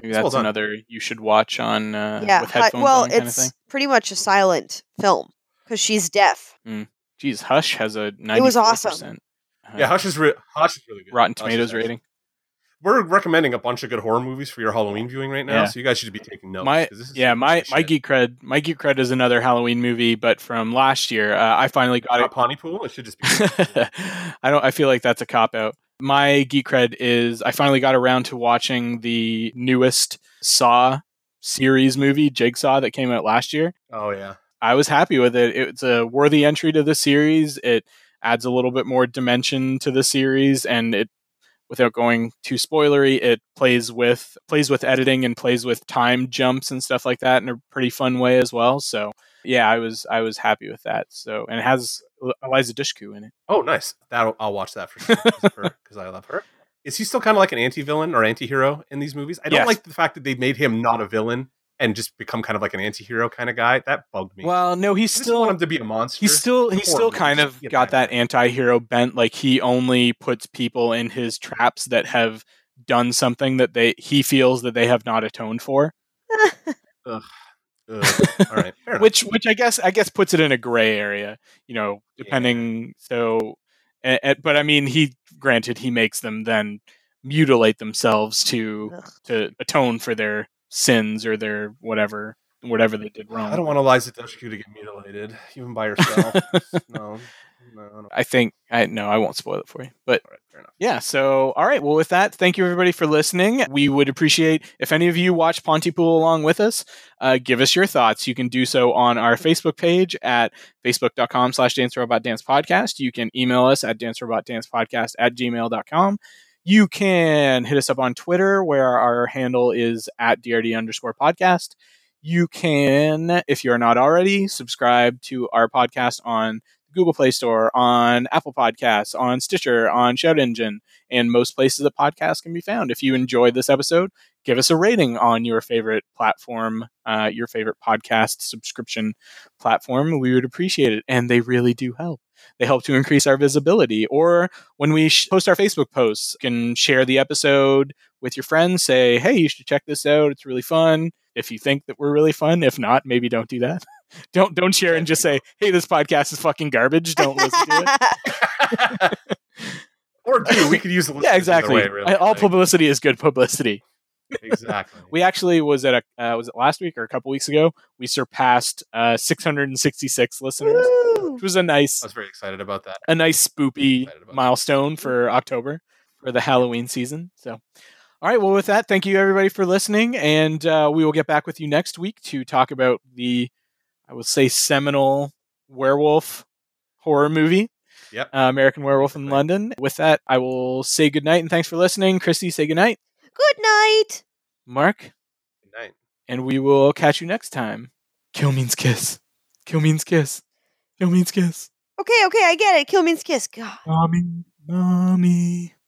Maybe It's well that's done. another you should watch on uh, yeah. with Hu- headphones well, on it's kind of thing. pretty much a silent film because she's deaf. Geez, Hush has a ninety. was awesome. Yeah, Hush is re- Hush is really good. Rotten Hush is Tomatoes excellent. rating. We're recommending a bunch of good horror movies for your Halloween viewing right now, Yeah. so you guys should be taking notes. My- 'cause this is Yeah, some my good my shit. geek cred, my geek cred is another Halloween movie, but from last year. Uh, I finally got Not it. Pawnee Pool. It should just be. I don't. I feel like that's a cop out. My geek cred is I finally got around to watching the newest Saw series movie, Jigsaw, that came out last year. oh yeah, I was happy with it. It's a worthy entry to the series. It adds a little bit more dimension to the series, and it, without going too spoilery, it plays with plays with editing and plays with time jumps and stuff like that in a pretty fun way as well. So yeah, I was I was happy with that. So and it has E-, Eliza Dushku in it. Oh nice. That I'll watch that for sure because I love her. Is he still kind of like an anti-villain or anti-hero in these movies? I don't Yes. like the fact that they made him not a villain and just become kind of like an anti-hero kind of guy. That bugged me. Well, no, he's I just still want him to be a monster. He's still Poor he's still man, kind just of get got back that there. anti-hero bent like he only puts people in his traps that have done something that they he feels that they have not atoned for Ugh. all right, fair enough. which which I guess I guess puts it in a gray area you know depending so eh, eh, but I mean he granted he makes them then mutilate themselves to Ugh. to atone for their sins or their whatever whatever they did wrong I don't want Eliza Dushku to get mutilated, even by herself. no, No, no. I think I no, I won't spoil it for you. But All right, fair enough. yeah, so all right. Well, with that, thank you everybody for listening. We would appreciate if any of you watch Pontypool along with us. Uh, give us your thoughts. You can do so on our Facebook page at facebook.com slash dance robot dance podcast. You can email us at dance robot dance podcast at gmail.com. You can hit us up on Twitter where our handle is at DRD underscore podcast. You can, if you're not already, subscribe to our podcast on Google Play Store, on Apple Podcasts, on Stitcher, on Shout Engine, and most places that podcasts can be found. If you enjoyed this episode, give us a rating on your favorite platform, uh, your favorite podcast subscription platform. We would appreciate it, and they really do help. They help to increase our visibility. Or when we sh- post our Facebook posts, you can share the episode with your friends. Say, hey, you should check this out. It's really fun. If you think that we're really fun, if not, maybe don't do that. don't don't share and just say, hey, this podcast is fucking garbage. Don't listen to it. Or do we could use the yeah, listeners either exactly. way, really. All Like, publicity is good publicity. exactly. We actually was at a uh, was it last week or a couple weeks ago? We surpassed uh, 666 listeners, Woo! which was a nice I was very excited about that. a nice spoopy Excited about milestone for October for the Halloween season. So, all right. Well, with that, thank you everybody for listening, and uh, we will get back with you next week to talk about the I will say seminal werewolf horror movie Yep. uh, American Werewolf in Right. London. With that, I will say goodnight and thanks for listening. Christy, say goodnight. Good night. Mark, Good night. and we will catch you next time. Kill means kiss. Kill means kiss. Kill means kiss. Okay, okay, I get it. Kill means kiss. God. Mommy, mommy.